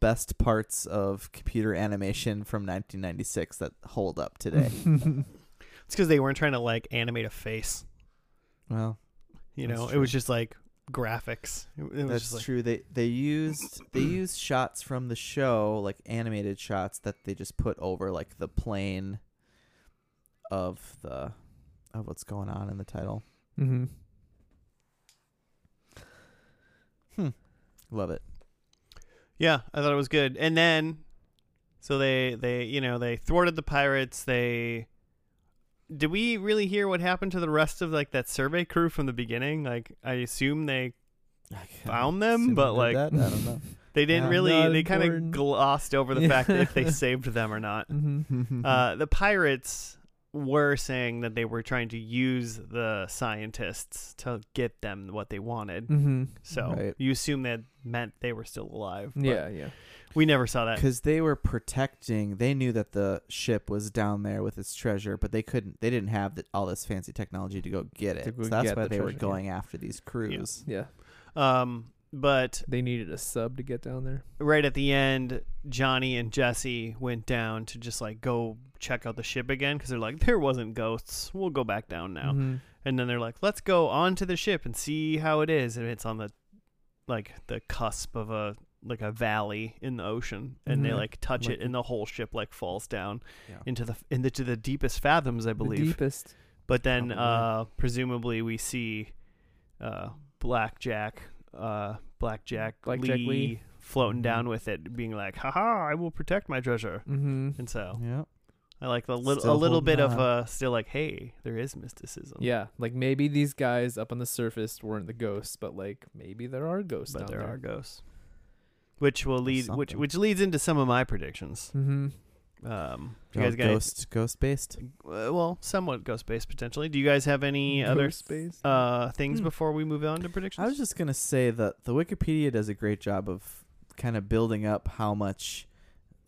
S3: best parts of computer animation from 1996 that hold up today.
S1: It's because they weren't trying to like animate a face.
S3: well,
S1: You
S3: That's
S1: know, it
S3: true.
S1: was just like graphics. It, it was
S3: That's
S1: just like,
S3: true. They they used they used shots from the show, like animated shots that they just put over like the plane of the of what's going on in the title.
S2: Mm-hmm.
S3: Love it.
S1: Yeah, I thought it was good. And then, so they they you know they thwarted the pirates. They did we really hear what happened to the rest of like that survey crew from the beginning? Like I assume they Found them,
S3: Assume
S1: but,
S3: we did
S1: like-
S3: that? I don't know.
S1: they didn't
S3: Yeah.
S1: really
S2: Not
S1: they kind of
S2: important.
S1: glossed over the
S2: Yeah.
S1: fact that if they saved them or not.
S2: Mm-hmm.
S1: Uh, the pirates were saying that they were trying to use the scientists to get them what they wanted.
S2: Mm-hmm.
S1: So
S3: Right.
S1: you assume that meant they were still alive. but
S2: Yeah, yeah.
S1: we never saw that.
S3: because they were protecting. They knew that the ship was down there with its treasure, but they couldn't. They didn't have the, all this fancy technology to go get it.
S2: To go
S3: so that's
S2: get
S3: why
S2: the
S3: they were
S2: treasure, yeah.
S3: going after these crews.
S2: Yeah.
S1: Um, but
S2: They needed a sub to get down there.
S1: right at the end, Johnny and Jesse went down to just like go check out the ship again because they're like, there wasn't ghosts. We'll go back down now.
S2: Mhm.
S1: And then they're like, let's go onto the ship and see how it is. And it's on the like the cusp of a like a valley in the ocean, and they
S2: Mhm.
S1: like touch
S3: Like
S1: it, and the whole ship like falls down
S3: Yeah.
S1: into the into the deepest fathoms, I believe.
S2: The deepest.
S1: But then,
S3: Probably.
S1: uh, presumably, we see uh, Blackjack, uh, Blackjack,
S2: Blackjack
S1: Lee,
S2: Lee.
S1: floating
S3: Mhm.
S1: down with it, being like, "Haha, I will protect my treasure."
S2: Mm-hmm.
S1: And so,
S3: Yeah.
S1: I like the little, a
S3: Still
S1: little
S3: holding
S1: bit of
S3: on.
S1: uh, still like, "Hey, there is mysticism."
S2: Yeah, like maybe these guys up on the surface weren't the ghosts, but like maybe there are ghosts
S1: but
S2: down
S1: there
S2: there.
S1: are ghosts, which will lead, which
S3: something.
S1: which leads into some of my predictions.
S2: Mm-hmm.
S1: Um, you
S3: Oh,
S1: guys got any-
S3: ghost ghost based.
S1: uh, well, somewhat ghost based potentially. Do you guys have any other
S2: space?
S1: uh things
S3: Hmm.
S1: before we move on to predictions?
S3: I was just gonna say that the Wikipedia does a great job of kind of building up how much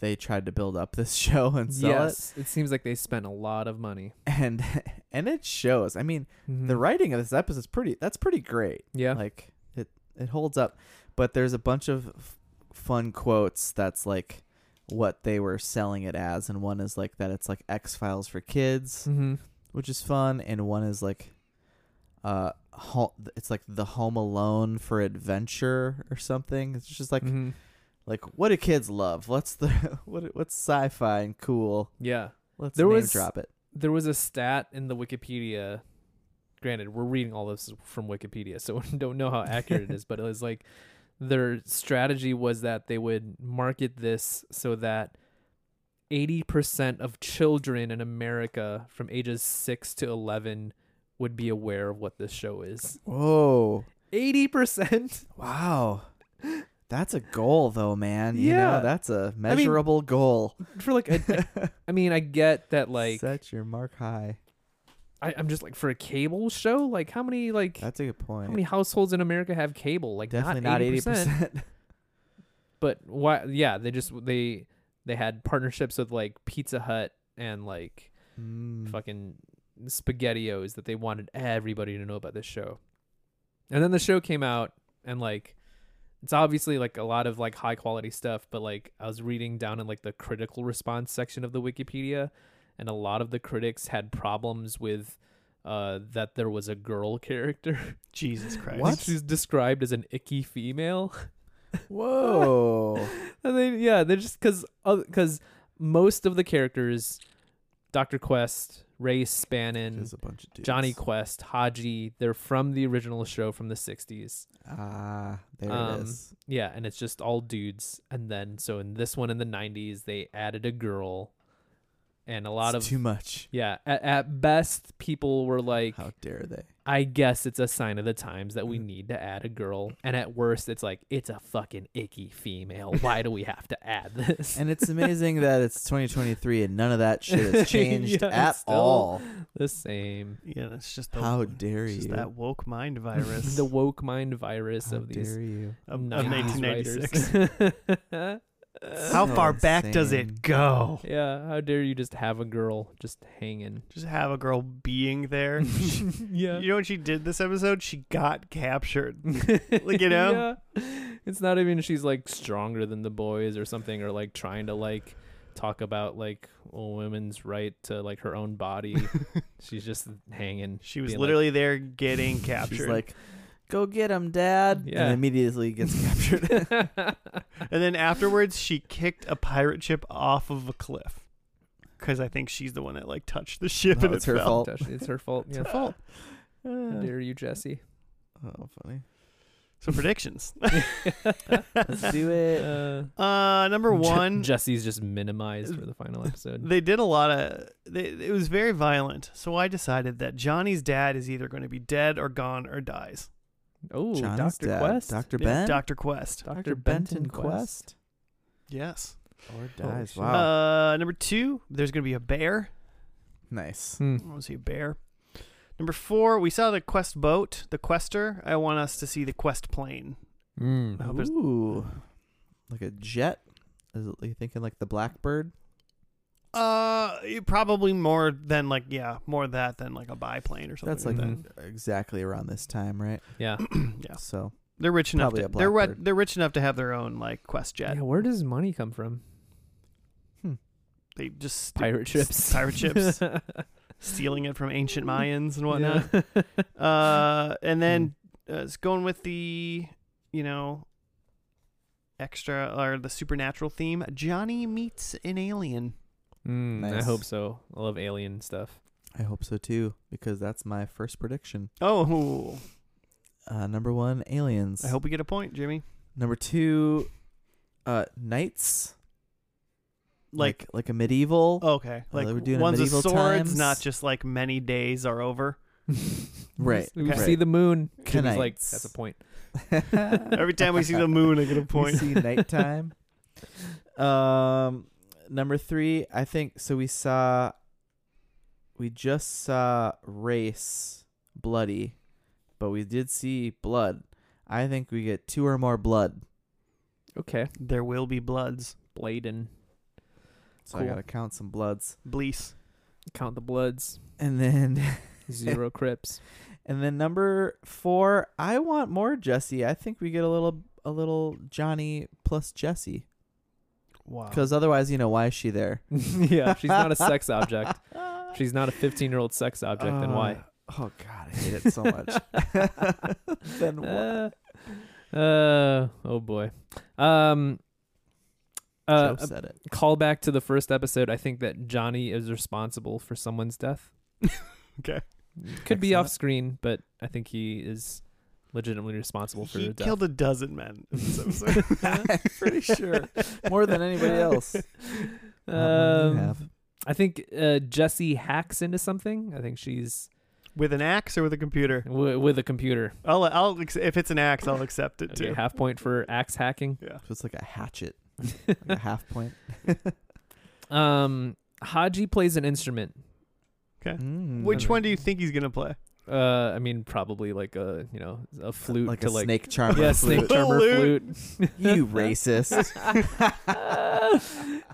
S3: they tried to build up this show and sell
S2: yes, it. seems like they spent a lot of money.
S3: it, and and it shows. I mean, the
S2: Mhm.
S3: writing of this episode is pretty. That's pretty great.
S2: Yeah.
S3: Like it it holds up, but there's a bunch of f- fun quotes that's like what they were selling it as, and one is like that it's like X Files for kids.
S2: mm-hmm.
S3: which is fun, and one is like, uh, ho- it's like the Home Alone for adventure or something. It's just like
S2: Mhm.
S3: like what do kids love? What's the what what's sci-fi and cool?
S2: Yeah.
S3: Let's
S2: There
S3: name
S2: was-
S3: drop it.
S2: There was a stat in the Wikipedia. Granted, we're reading all this from Wikipedia, so we don't know how accurate it is, but it was like their strategy was that they would market this so that 80% of children in America from ages 6 to 11 would be aware of what this show is.
S3: Whoa.
S2: 80%?
S3: Wow. That's a goal though, man. You
S2: Yeah.
S3: know, that's a measurable goal.
S2: For like a, I mean, I get that like
S3: set your mark high.
S2: I, I'm just like for a cable show, like how many like
S3: That's a good
S2: how
S3: point.
S2: many households in America have cable? Like
S3: Definitely not eighty
S2: 80%.
S3: percent.
S2: but why yeah they just they they had partnerships with like pizza hut and like
S3: Mm.
S2: fucking spaghettios that they wanted everybody to know about this show and then the show came out and like it's obviously like a lot of like high quality stuff but like i was reading down in like the critical response section of the wikipedia and a lot of the critics had problems with uh that there was a girl character
S1: Jesus Christ.
S3: What?
S2: she's described as an icky female
S3: Mm. Whoa.
S2: And they, yeah, they're just because because most of the characters, Doctor Quest, Ray Spannon,
S3: There's a bunch of dudes.
S2: Johnny Quest, Haji, they're from the original show from the '60s.
S3: Ah, there
S2: Um,
S3: it is.
S2: Yeah, and it's just all dudes. And then so in this one in the '90s, they added a girl, and a lot
S3: It's
S2: of
S3: too much.
S2: yeah. At, at best, people were like,
S3: How Mm-hmm. dare they?
S2: "I guess it's a sign of the times that we need to add a girl." And at worst, it's like, "It's a fucking icky female. Why do we have to add this?"
S3: And it's amazing that it's 2023 and none of that shit has changed
S2: Yeah,
S3: at
S2: it's still-
S3: all.
S2: the same.
S1: Yeah, it's just the,
S3: How dare
S1: it's just
S3: you?
S1: that woke mind virus
S2: the woke mind virus
S3: How
S2: of these
S3: dare you?
S1: of, of
S2: 90s
S1: 1996.
S2: writers.
S1: How
S3: So
S1: far back does
S3: insane.
S1: it go?
S2: yeah, how dare you just have a girl just hanging?
S1: Just have a girl being there. She-
S2: yeah.
S1: You know what she did this episode? She got captured. like, you know?
S2: Yeah. It's not even she's like stronger than the boys or something or like trying to like talk about like a women's right to like her own body. she's just hanging.
S1: She was
S2: being like-
S1: literally there getting captured.
S3: She's like, go get him, Dad.
S2: Yeah.
S3: And immediately gets captured.
S1: and then afterwards, she kicked a pirate ship off of a cliff. Because I think she's the one that, like, touched the ship
S3: No,
S1: and it
S3: Oh, it's her
S1: fell.
S3: fault.
S2: it's her fault. Yeah.
S1: It's her fault.
S2: How
S1: Uh,
S2: dare you, Jesse?
S3: oh, funny.
S1: so, predictions.
S3: Let's do it.
S2: Uh,
S1: Uh, number
S2: Je-
S1: one,
S2: Jesse's just minimized for the final episode.
S1: they did a lot of they, it was very violent so i decided that johnny's dad is either going to be dead or gone or dies
S2: Oh,
S3: Johnny's
S2: Doctor
S3: dad.
S2: Quest,
S3: Dr.
S1: Yeah,
S3: Ben?
S1: dr quest
S3: Dr. Benton Quest?
S1: yes
S3: Or
S2: Holy
S3: dies.
S2: shit.
S3: Wow.
S1: uh number two there's going to be a bear
S3: nice.
S2: Hmm.
S1: i want to see a bear number four we saw the quest boat the quester i want us to see the quest plane I
S2: Oh.
S1: hope there's-
S3: Ooh. Like a jet? Is it, you thinking like the Blackbird?
S1: uh probably more than like yeah more that than like a biplane or something
S3: That's like
S1: that.
S2: Mhm.
S3: exactly around this time, right?
S2: Yeah.
S1: yeah
S3: So
S1: they're rich enough
S3: Probably
S1: to,
S3: a
S1: they're ri-
S3: blackbird.
S1: they're rich enough to have their own like quest jet
S2: Yeah. Where does money come from?
S1: they just
S2: Pirate ships.
S1: pirate ships stealing it from ancient Mayans and whatnot.
S2: Yeah.
S1: Uh, and then uh, it's going with the, you know, extra or the supernatural theme. Johnny meets an alien.
S2: Mm, I
S3: Nice.
S2: hope so. I love alien stuff.
S3: I hope so too, because that's my first prediction.
S1: Oh,
S3: Uh, number one, aliens.
S1: I hope we get a point, Jimmy.
S3: Number two, uh, knights.
S1: Like,
S3: like, a medieval.
S1: okay,
S3: Oh,
S1: like
S3: they were doing it
S1: ones with
S3: medieval
S1: swords,
S3: times?
S1: not just like many days are over.
S3: Right,
S2: We
S1: okay.
S2: see the moon. Jimmy's
S3: Knights.
S2: like, that's a point.
S1: Every time we see the moon, I get a
S3: We
S1: Oh. point.
S3: see nighttime. um, number three, I think. So we saw, we just saw race bloody, but we did see blood. I think we get two or more blood.
S2: Okay.
S1: There will be bloods,
S2: Bladen.
S3: So I
S2: Cool.
S3: gotta count some bloods,
S1: blease.
S2: Count the bloods.
S3: and then
S2: Zero crips.
S3: and then number four, I want more Jesse. I think we get a little a little Johnny plus Jesse,
S2: Oh.
S1: Wow.
S3: because otherwise, you know, why is she there?
S2: yeah. She's not a sex object. She's not a 15 year old sex object. then why?
S3: Oh God, I hate it so much. then what?
S2: Uh, uh, oh boy. Um, uh,
S3: Joe said it.
S2: a callback to the first episode. I think that Johnny is responsible for someone's death.
S1: Okay.
S2: Could be
S3: Excellent.
S2: off screen, but I think he is legitimately responsible for
S1: He
S2: the death.
S1: killed a dozen men. in this episode.
S3: I'm pretty sure more than anybody else. Uh, you
S2: Um,
S3: have.
S2: I think uh, Jesse hacks into something. I think she's
S1: With an axe or with a computer?
S2: w- with a computer.
S1: I'll I'll ac- if it's an axe, I'll accept it
S2: Okay,
S1: too.
S2: half point for axe hacking.
S1: Yeah.
S3: So it's like a hatchet, like a half point.
S2: Um, Haji plays an instrument.
S3: Mm.
S1: Which
S2: Okay.
S1: one do you think he's gonna play?
S2: Uh, I mean, probably like a you know a flute
S3: like
S2: to
S3: a
S2: like
S3: snake charmer.
S2: yeah,
S3: flute.
S2: snake charmer flute. Ah,
S1: Flute.
S3: you racist.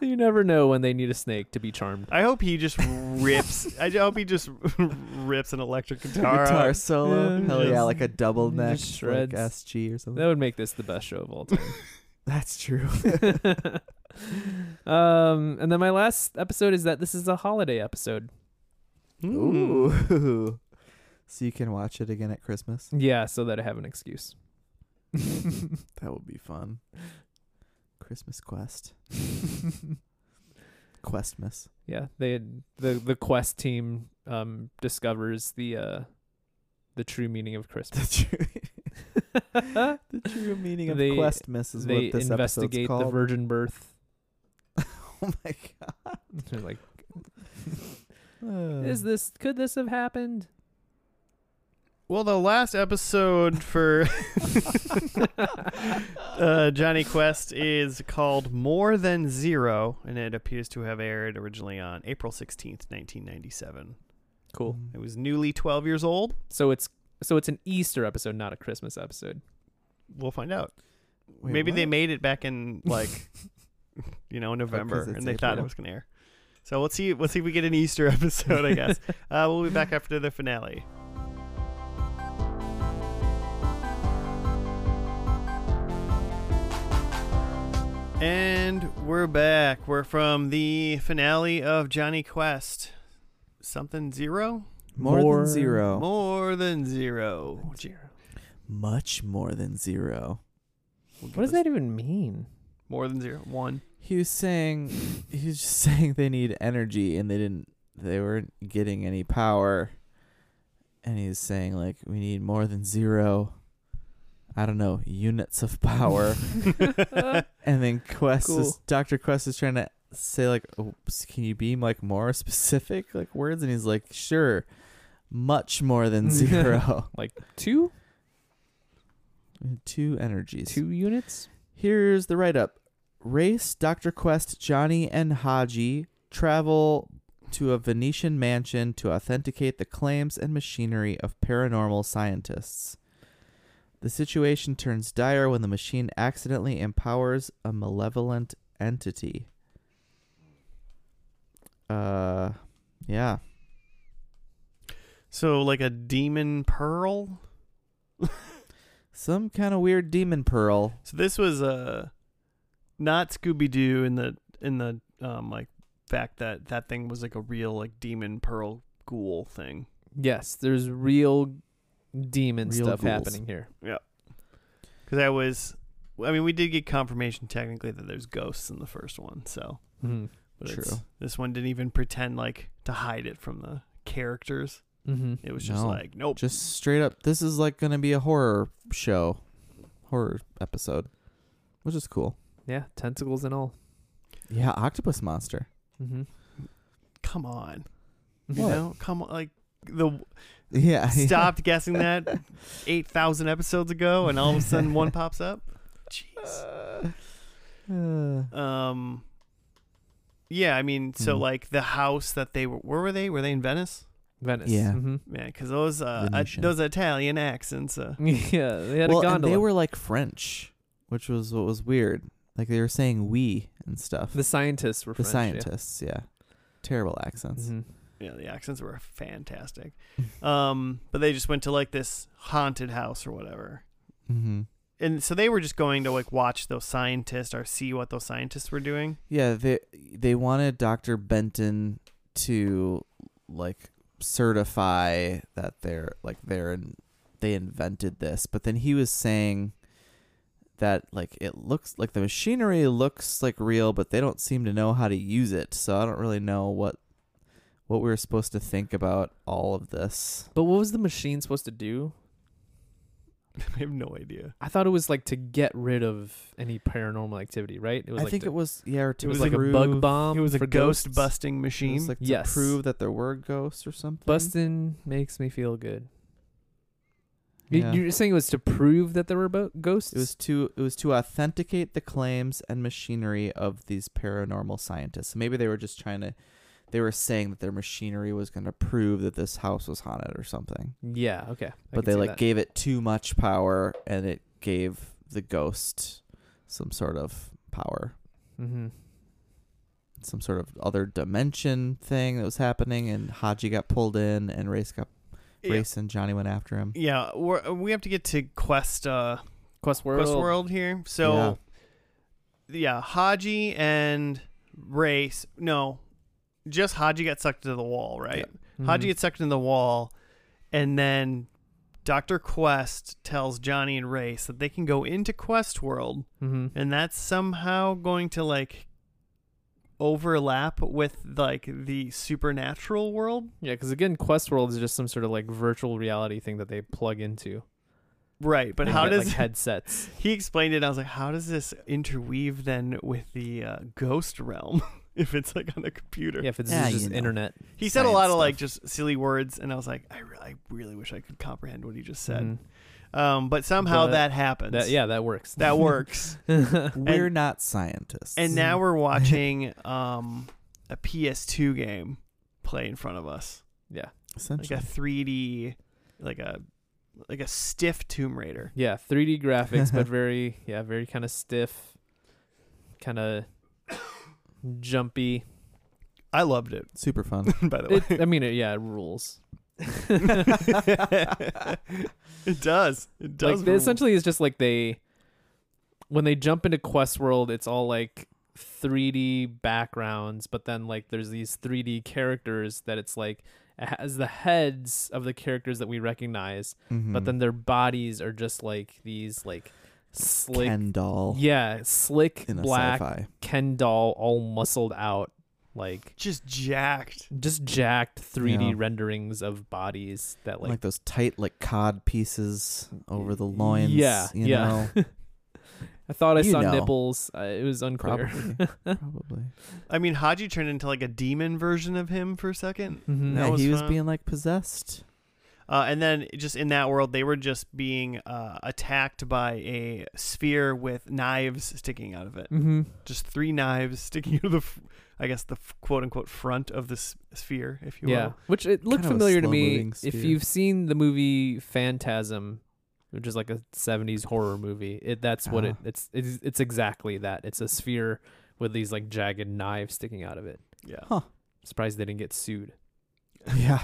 S2: you never know when they need a snake to be charmed.
S1: I hope he just rips. I hope he just rips an electric guitar.
S3: Guitar
S1: out.
S3: solo.
S2: Yeah,
S3: Hell yeah,
S2: just-
S3: like a double
S2: just
S3: neck like
S2: shreds.
S3: SG or something.
S2: That would make this the best show of all
S3: That's true.
S2: time. um, and then my last episode is that this is a holiday episode.
S1: Mm.
S3: Ooh. So you can watch it again at Christmas.
S2: Yeah, so that I have an excuse.
S3: That would be fun. Christmas quest. Questmas.
S2: yeah, they had, the the quest team um discovers the uh the true meaning of Christmas.
S3: The true, the true meaning of
S2: They-
S3: Questmas is
S2: they
S3: what this
S2: investigate
S3: episode's
S2: the
S3: called.
S2: virgin birth.
S3: oh my god.
S2: They're like,
S3: Uh,
S2: is this could this have happened?
S1: Well, the last episode for uh, Johnny Quest is called More Than Zero, and it appears to have aired originally on April 16th, 1997.
S2: Cool.
S1: It
S3: Mm.
S1: was newly 12 years old.
S2: So it's so it's an Easter episode, not a Christmas episode.
S1: We'll find out.
S3: Wait,
S1: Maybe they
S3: what?
S1: made it back in like you know November,
S3: Oh, it's
S1: and they thought it
S3: April.
S1: was gonna air. So let's see. Let's see if we get an Easter episode. I guess uh, we'll be back after the finale. And we're back. We're from the finale of Johnny Quest. Something zero?
S3: more,
S2: More-
S3: than zero.
S1: More than zero.
S3: Much more than zero.
S2: What does that even mean?
S1: More than zero. One.
S3: He was saying he was just saying they need energy and they didn't they weren't getting any power. And he's saying like we need more than zero I don't know, units of power.
S2: Uh,
S3: and then Quest is
S2: Cool.
S3: Dr. Quest is trying to say like oh, s- can you be like more specific like words and he's like sure much more than zero
S2: Like two?
S3: two energies
S2: Two units?
S3: Here's the write up. Race, Dr. Quest, Johnny, and Haji travel to a Venetian mansion to authenticate the claims and machinery of paranormal scientists. The situation turns dire when the machine accidentally empowers a malevolent entity. Uh, yeah.
S1: So like a demon pearl.
S3: Some kind of weird demon pearl.
S1: So this was uh not Scooby Doo in the in the um like fact that that thing was like a real like demon pearl ghoul thing.
S2: Yes, there's real demon
S3: Real
S2: stuff
S3: ghouls.
S2: happening here.
S1: Because I was, I mean, we did get confirmation technically that there's ghosts in the first one. So
S2: Mm-hmm.
S1: but it's-
S3: True.
S1: This one didn't even pretend like to hide it from the characters.
S2: Mm-hmm.
S1: It was just
S3: No.
S1: like, nope.
S3: Just straight up, this is like going to be a horror show, horror episode, which is cool.
S2: Yeah, tentacles and all.
S3: Yeah, octopus monster.
S2: Mm-hmm.
S1: Come on, you
S3: What?
S1: know, come on, like the
S3: Yeah,
S1: stopped guessing that eight thousand episodes ago, and all of a sudden one pops up. Jeez.
S3: Uh,
S1: Um. Yeah, I mean, so
S3: Mhm.
S1: like the house that they were, where were they? Were they in Venice?
S2: Venice.
S3: Yeah.
S2: Mm-hmm.
S1: Yeah, because those uh, uh
S3: Venetian.
S1: those Italian accents. Uh,
S2: yeah, they had
S3: well,
S2: a
S3: and
S2: gondola.
S3: they were like French, which was what was weird. Like they were saying "we" and stuff.
S2: the scientists were
S3: The
S2: French,
S3: scientists, yeah. Terrible
S2: Yeah.
S3: accents.
S2: Mhm.
S1: yeah, the accents were fantastic.
S3: Mm-hmm.
S1: Um, but they just went to like this haunted house or whatever,
S3: Mm-hmm.
S1: and so they were just going to like watch those scientists or see what those scientists were doing.
S3: Yeah, they they wanted Doctor Benton to like certify that they're like they're in, they invented this, but then he was saying that like it looks like the machinery looks like real, but they don't seem to know how to use it. So I don't really know what what we were supposed to think about all of this.
S2: But what was the machine supposed to do?
S1: I have no idea.
S2: I thought it was like to get rid of any paranormal activity, right? It was
S3: I
S2: like
S3: think
S2: to-
S3: it was yeah. Or to
S2: it was
S1: was
S2: like a
S3: prove-
S2: bug bomb.
S1: it was a
S2: for
S1: ghost
S2: ghosts.
S1: busting
S3: Um, it
S1: machine.
S3: was like
S2: Yes.
S3: to prove that there were ghosts or something.
S2: Bustin makes me feel good. You-
S3: Yeah.
S2: You're saying it was to prove that there were bo- ghosts?
S3: It was to it was to authenticate the claims and machinery of these paranormal scientists. So maybe they were just trying to they were saying that their machinery was going to prove that this house was haunted or something.
S2: yeah okay. I can
S3: But they
S2: see
S3: like
S2: that.
S3: gave it too much power and it gave the ghost some sort of power,
S2: Mhm.
S3: some sort of other dimension thing that was happening and Haji got pulled in and Race got
S1: Yeah.
S3: Race and Johnny went after him.
S1: Yeah, we're, we have to get to Quest uh,
S2: Quest World.
S1: Quest World here. So, yeah. Haji and Race. No, just Haji got sucked into the wall, right?
S3: Yeah.
S2: Mm-hmm.
S1: Haji gets sucked into the wall, and then Doctor Quest tells Johnny and Race that they can go into Quest World,
S2: hmm
S1: and that's somehow going to like overlap with like the supernatural world,
S2: Yeah, because again, Quest World is just some sort of like virtual reality thing that they plug into.
S1: right? But
S2: They
S1: how
S2: get,
S1: does
S2: like, headsets?
S1: he explained it? And I was like, how does this interweave then with the uh, ghost realm? If it's like on a computer,
S2: yeah, if it's
S3: Yeah,
S2: just
S3: you know.
S2: internet.
S1: he said a lot
S3: Science
S1: of like
S3: stuff.
S1: just silly words, and I was like, I, re- I really wish I could comprehend what he just said.
S2: Mhm.
S1: Um, but somehow
S2: But
S1: that happens.
S2: That yeah, that works.
S1: Mm-hmm. that works.
S3: We're not scientists.
S1: and now we're watching um, a PS2 game play in front of us,
S2: yeah,
S1: like a 3D, like a like a stiff Tomb Raider.
S2: yeah, 3D graphics, but very yeah, very kind of stiff, kind of jumpy.
S1: I loved it,
S3: super fun.
S1: by the way.
S2: It, I mean, it, yeah, it rules.
S1: it does. It does.
S2: like they essentially it's just like they when they jump into quest world it's all like 3d backgrounds but then like there's these 3d characters that it's like it has the heads of the characters that we recognize but
S3: Mhm.
S2: then their bodies are just like these like slick
S3: Ken doll
S2: yeah slick
S3: in a
S2: black
S3: sci-fi.
S2: ken doll all muscled out like
S1: just jacked.
S2: just jacked 3d
S3: Yeah.
S2: renderings of bodies that
S3: like,
S2: like
S3: those tight like cod pieces over the loins.
S2: Yeah,
S3: you
S2: yeah.
S3: know?
S2: i thought i
S3: You
S2: saw
S3: know.
S2: nipples uh, it was unclear
S3: probably, probably.
S1: I mean, Haji turned into like a demon version of him for a second,
S2: Mhm.
S1: That
S3: yeah,
S1: was
S3: he was
S1: fun.
S3: being like possessed.
S1: uh, and then just in that world, they were just being uh, attacked by a sphere with knives sticking out of it.
S2: Mm-hmm.
S1: just three knives sticking out of the, f- I guess the f- quote unquote front of the s- sphere, if you
S2: Yeah,
S1: will.
S2: which it looked
S3: Kind of a
S2: familiar to me.
S3: slow-moving
S2: If
S3: sphere.
S2: you've seen the movie Phantasm, which is like a '70s horror movie, it that's what it
S3: Ah.
S2: it's, it's it's exactly that. It's a sphere with these like jagged knives sticking out of it.
S1: Yeah.
S2: Surprised they didn't get sued.
S3: Yeah,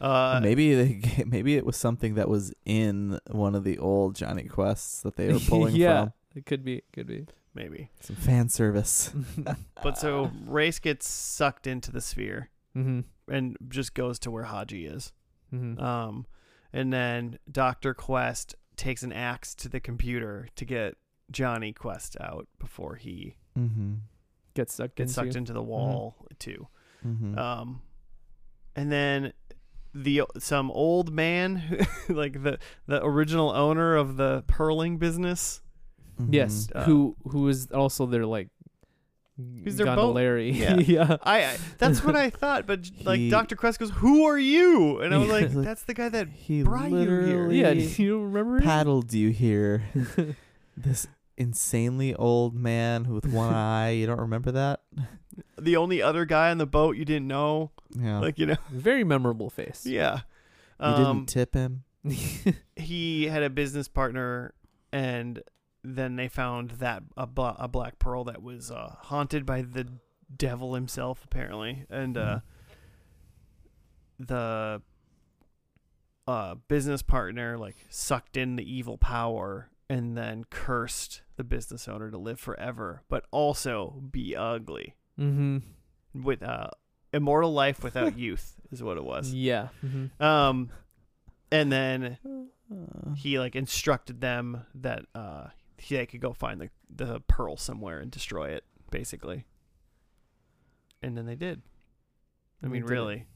S1: Uh,
S3: maybe they ga- maybe it was something that was in one of the old Johnny quests that they were pulling
S2: yeah,
S3: from.
S2: it could be, could be.
S1: maybe.
S3: Some fan service.
S1: But so Race gets sucked into the sphere
S2: mm-hmm.
S1: and just goes to where Haji is.
S2: Mm-hmm.
S3: Uh,
S1: Um, and then Dr. Quest takes an axe to the computer to get Johnny Quest out before he
S3: mm-hmm.
S2: Get sucked
S1: gets
S2: into.
S1: sucked into the wall, too.
S3: Mm-hmm.
S1: Um, and then the some old man, who- like the the original owner of the purling business.
S3: Mm-hmm.
S2: Yes,
S1: Uh,
S2: who who is also their like
S1: He's their boat-
S2: gondolary.
S1: Yeah.
S2: yeah.
S1: I, I that's what I thought, but like
S3: He-
S1: Dr. Quest goes, "Who are you?" And I was
S2: Yeah.
S1: like,
S3: He's like,
S1: "That's the guy that."
S3: He
S1: brought you here.
S3: literally
S2: yeah, you don't remember? it?
S3: paddled you here. this insanely old man with one eye. You don't remember that?
S1: The only other guy on the boat you didn't know,
S3: Yeah.
S1: like you know,
S2: Very memorable face.
S1: yeah.
S3: Oh. you
S1: Um,
S3: didn't tip him.
S1: he had a business partner, and then they found that a, bla- a black pearl that was uh, haunted by the devil himself, apparently, and uh, the uh, business partner like sucked in the evil power and then cursed the business owner to live forever, but also be ugly
S2: mm-hmm.
S1: with uh, immortal life without youth is what it was.
S2: Yeah. Mm-hmm.
S1: Um, and then
S3: Uh,
S1: he like instructed them that uh, he, they could go find the the pearl somewhere and destroy it, basically. And then they did. I
S2: And they
S1: mean,
S2: did it.
S1: really,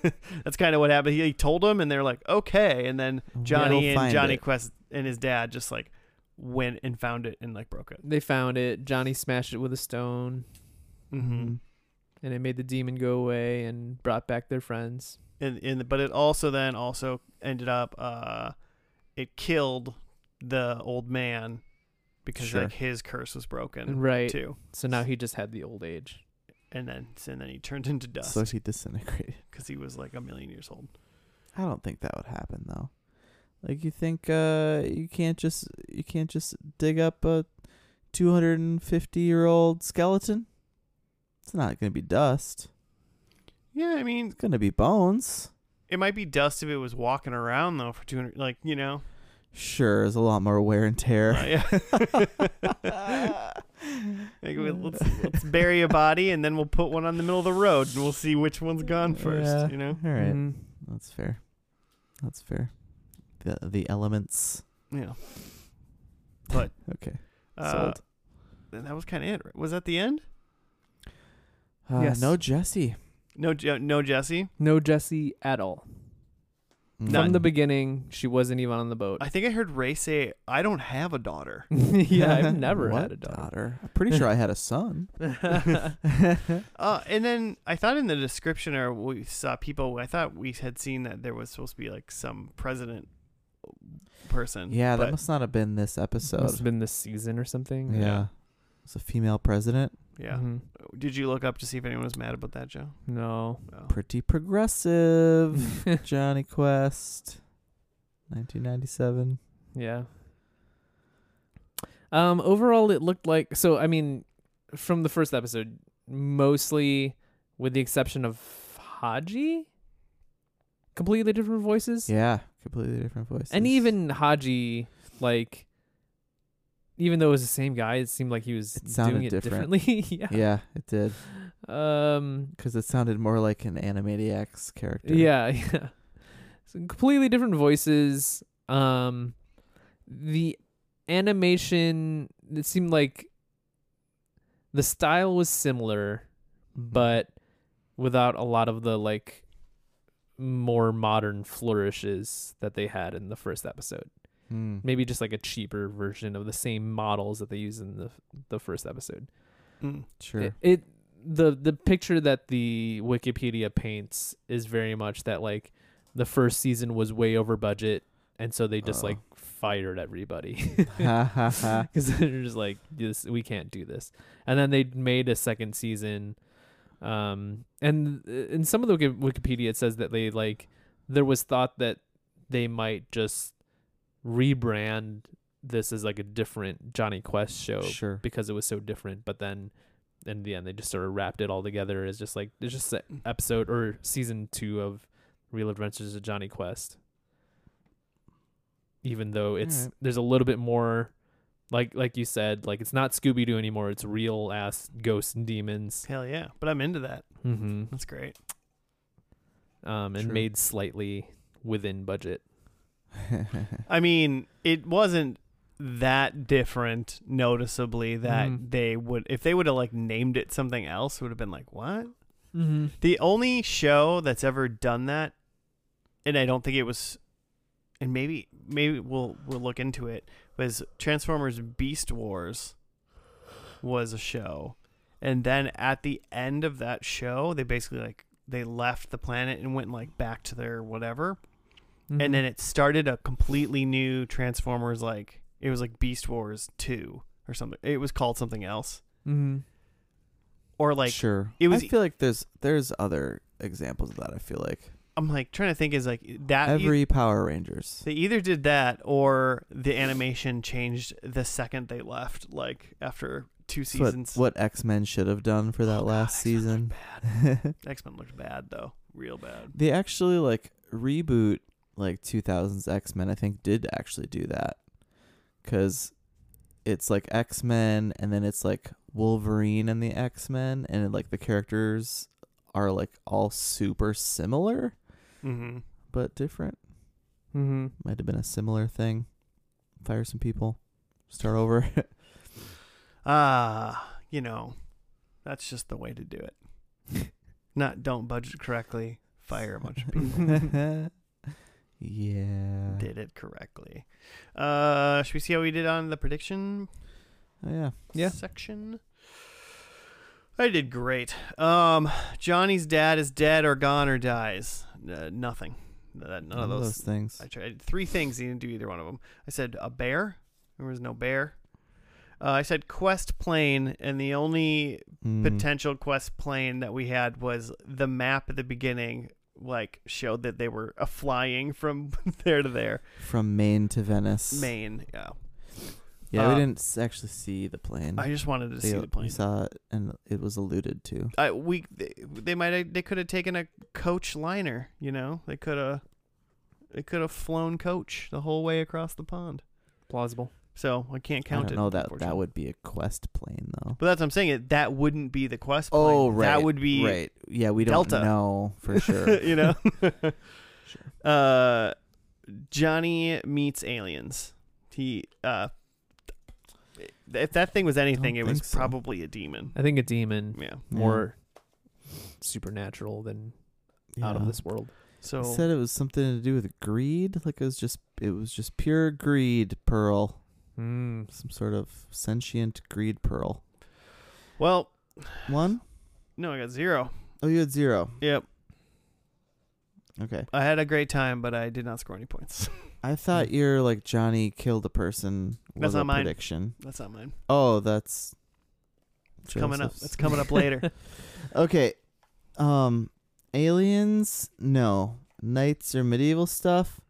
S1: that's kind of what happened. He, he told them, and they're like, "Okay," and then Johnny
S3: We'll
S1: and
S3: find
S1: Johnny
S3: it.
S1: Quest and his dad just like went and found it and like broke it.
S2: They found it. Johnny smashed it with a stone,
S1: Mm-hmm.
S2: and it made the demon go away and brought back their friends.
S1: And and but it also then also ended up uh, it killed the old man because
S3: Sure.
S1: like his curse was broken
S2: Right.
S1: too,
S2: So now he just had the old age.
S1: and then and then he turned into dust
S3: So he disintegrated.
S1: because he was like a million years old.
S3: I don't think that would happen though. Like you think uh you can't just you can't just dig up a 250 year old skeleton? It's not going to be dust.
S1: Yeah, I mean,
S3: It's going to be bones.
S1: it might be dust if it was walking around though for two hundred, like you know.
S3: Sure, there's a lot more wear and tear.
S1: Uh, yeah. Like, we- let's, let's bury a body and then we'll put one on the middle of the road and we'll see which one's gone first,
S3: Yeah.
S1: you know? Mm-hmm.
S3: All right.
S2: Mhm.
S3: That's fair. That's fair. The the elements.
S1: Yeah. But
S3: Okay.
S1: uh,
S3: Sold.
S1: and that was kind of it. right? Was that the end?
S3: Uh,
S2: yes.
S3: No Jesse.
S1: No, Je- no Jesse.
S2: No Jesse at all.
S1: None.
S2: From the beginning, she wasn't even on the boat.
S1: I think I heard Ray say, "I don't have a daughter."
S2: yeah, I've never
S3: What
S2: had a daughter.
S3: I'm pretty sure I had a son.
S1: Uh, and then I thought in the description, or we saw people. I thought we had seen that there was supposed to be like some president person.
S3: Yeah, that
S1: but-
S3: must not have been this
S2: Must have
S3: episode.
S2: been this season or something.
S3: Yeah. It's a female president.
S1: yeah.
S2: Mhm.
S1: Did you look up to see if anyone was mad about that, Joe? Oh.
S2: No.
S1: No.
S3: Pretty progressive. Johnny Quest. 1997.
S2: Yeah. Um overall it looked like so I mean from the first episode mostly with the exception of Haji completely different voices.
S3: Yeah, completely different voices.
S2: And even Haji like even though it was the same guy it seemed like he was
S3: It sounded
S2: doing it
S3: different.
S2: differently. yeah.
S3: Yeah, it did.
S2: Um
S3: Because it sounded more like an Animaniacs character.
S2: Yeah, yeah. So completely different voices. Um the animation it seemed like the style was similar, but without a lot of the like more modern flourishes that they had in the first episode.
S3: Hmm.
S2: Maybe just like a cheaper version of the same models that they used in the the first episode.
S1: Mm.
S3: Sure.
S2: It, it the the picture that the Wikipedia paints is very much that like the first season was way over budget and so they just
S3: Oh.
S2: like fired everybody
S3: ha ha ha.
S2: because they're just like this we can't do this and then they made a second season um and in some of the Wiki- wikipedia it says that they like there was thought that they might just rebrand this as like a different johnny quest show
S3: Sure.
S2: because it was so different. But then in the end, they just sort of wrapped it all together as just like it's just a episode or season two of Real Adventures of Johnny Quest. Even though it's
S3: Alright.
S2: there's a little bit more, like like you said, like it's not Scooby Doo anymore. It's real ass ghosts and demons.
S1: Hell yeah! But I'm into that.
S2: Mm-hmm.
S1: That's great.
S2: Um, and
S3: True.
S2: made slightly within budget.
S1: I mean, it wasn't that different noticeably that
S3: Mm-hmm.
S2: Mhm.
S1: they would if they would have like named it something else it would have been like what
S2: Mm-hmm.
S1: the only show that's ever done that and i don't think it was and maybe maybe we'll we'll look into it was transformers beast wars was a show and then at the end of that show they basically like they left the planet and went like back to their whatever
S3: Mm-hmm.
S1: and then it started a completely new Transformers like it was like Beast Wars 2 or something. It was called something else
S2: mm-hmm.
S1: or like
S3: sure.
S1: it was-
S3: I feel like there's there's other examples of that. I feel like
S1: I'm like trying to think is like
S2: Uh,
S1: that e-
S3: every Power Rangers.
S1: they either did that or the animation changed the second they left like after two
S3: It's what-
S1: seasons.
S3: What, X Men should have done for that
S1: Oh, God,
S3: last
S1: X-Men
S3: season.
S1: looked bad. X-Men looked bad though. Real bad.
S3: They actually like reboot like 2000s X Men. I think did actually do that because it's like X Men and then it's like Wolverine and the X Men and like the characters are like all super similar
S1: Mhm.
S3: but different.
S2: Mm-hmm.
S3: Might have been a similar thing. Fire some people. Start over.
S1: Ah, you know. That's just the way to do it. Not don't budget correctly. fire a bunch of people.
S3: yeah. Oh,
S1: did it correctly. Uh, should we see how we did on the prediction
S3: Oh, yeah.
S2: Yeah.
S1: section? I did great. Um, Johnny's dad is dead or gone or dies. Uh, nothing. That, none of
S3: All
S1: those.
S3: those things.
S1: I tried three things. He didn't do either one of them. I said a bear. There was no bear. Uh, I said quest plane, and the only
S3: Mm.
S1: potential quest plane that we had was the map at the beginning like showed that they were uh, flying from there to there
S3: From Maine to Venice.
S1: maine yeah
S3: Yeah,
S1: Uh,
S3: we didn't s- actually see the plane.
S1: i just wanted to see
S3: They-
S1: the plane
S3: We saw it, and it was alluded to.
S1: I, we they, they might have- they could have taken a coach liner you know they could have they could have flown coach the whole way across the pond
S2: Plausible.
S1: so i can't
S3: I
S1: count
S3: don't
S1: it
S3: know that that
S1: unfortunately.
S3: would be a quest plane though.
S1: but that's what i'm saying it that wouldn't be the quest plane.
S3: Oh, right.
S1: that would be
S3: right. Yeah, we
S1: Delta.
S3: don't know for sure.
S1: you know
S3: Sure.
S1: uh johnny meets aliens he uh if that thing was anything it
S3: Don't
S1: was
S3: think so.
S1: probably a demon
S2: I think a demon
S1: yeah
S3: Yeah.
S2: more supernatural than out of
S3: Yeah.
S2: this world.
S1: so
S3: It said it was something to do with greed. Like it was just it was just pure greed pearl.
S2: Mm.
S3: Some sort of sentient greed pearl.
S1: well
S3: One?
S1: no i got zero
S3: Oh, you had zero.
S1: yep
S3: Okay.
S1: i had a great time but i did not score any points
S3: I thought your like Johnny killed a person was
S1: Mm. That's
S3: a
S1: not mine.
S3: prediction.
S1: that's not mine
S3: Oh, that's
S1: it's coming up
S3: Joseph's.
S1: it's coming up later
S3: Okay. Um aliens? No. Knights or medieval stuff?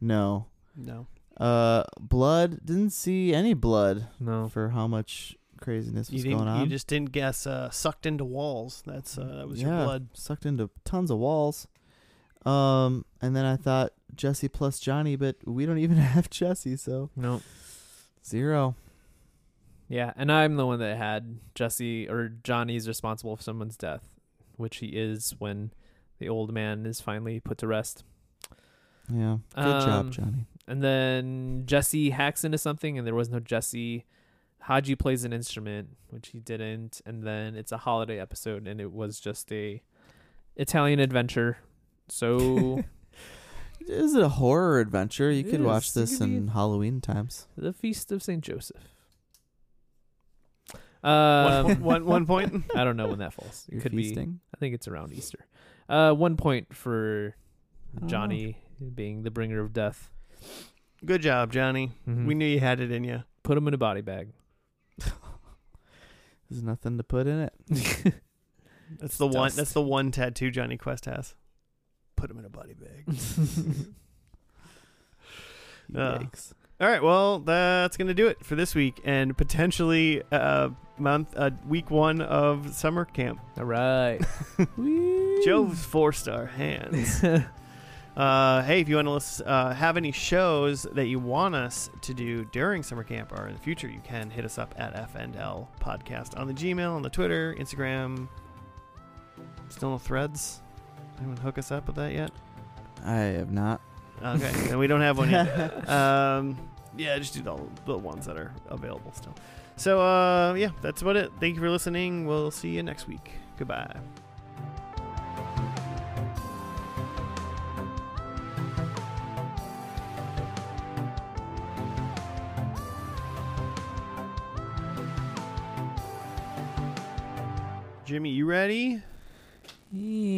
S3: No.
S1: no
S3: Uh blood? Didn't see any blood
S2: No.
S3: for how much craziness
S1: Oh. you
S3: was
S1: didn't
S3: going on.
S1: you just didn't guess uh sucked into walls that's uh that was your
S3: Yeah.
S1: blood
S3: sucked into tons of walls. Um and then I thought Jesse plus Johnny, but we don't even have Jesse, so
S2: No.
S3: zero.
S2: Yeah, and I'm the one that had Jesse or Johnny's responsible for someone's death, which he is when the old man is finally put to rest.
S3: Yeah. Good
S2: Um,
S3: job, Johnny.
S2: And then Jesse hacks into something, and there was no Jesse. Haji plays an instrument, which he didn't. And then it's a holiday episode, and it was just a Italian adventure. So
S3: Is it a horror adventure? You
S2: It
S3: could
S2: is.
S3: watch
S2: It
S3: this
S2: could be-
S3: in Halloween times.
S2: the feast of Saint Joseph.
S1: One
S2: Um,
S1: point- one- one point
S2: I don't know when that falls. It
S3: You're
S2: could be.
S3: feasting.
S2: I think it's around Easter. Uh, one point for
S3: I don't know.
S2: Johnny being the bringer of death.
S1: good job johnny
S3: Mm-hmm.
S2: Mhm.
S1: we knew you had it in you
S2: put him in a body bag.
S3: There's nothing to put in it.
S1: That's the one.
S2: Dust.
S1: That's the one tattoo Johnny Quest has. Put him in a body bag. Uh,
S3: Yikes.
S1: All right. Well, that's gonna do it for this week and potentially uh, month uh, week one of summer camp.
S2: All right.
S1: Joe's four star hands. Uh, hey, if you want to list, uh, have any shows that you want us to do during summer camp or in the future, you can hit us up at FNL Podcast on the Gmail, on the Twitter, Instagram. Still no threads. Anyone hook us up with that yet?
S3: I have not.
S1: Okay, and we don't have one yet. Um, yeah, just do the, the ones that are available still. So, uh, yeah, that's about it. Thank you for listening. We'll see you next week. Goodbye. Jimmy, you ready?
S3: Yeah.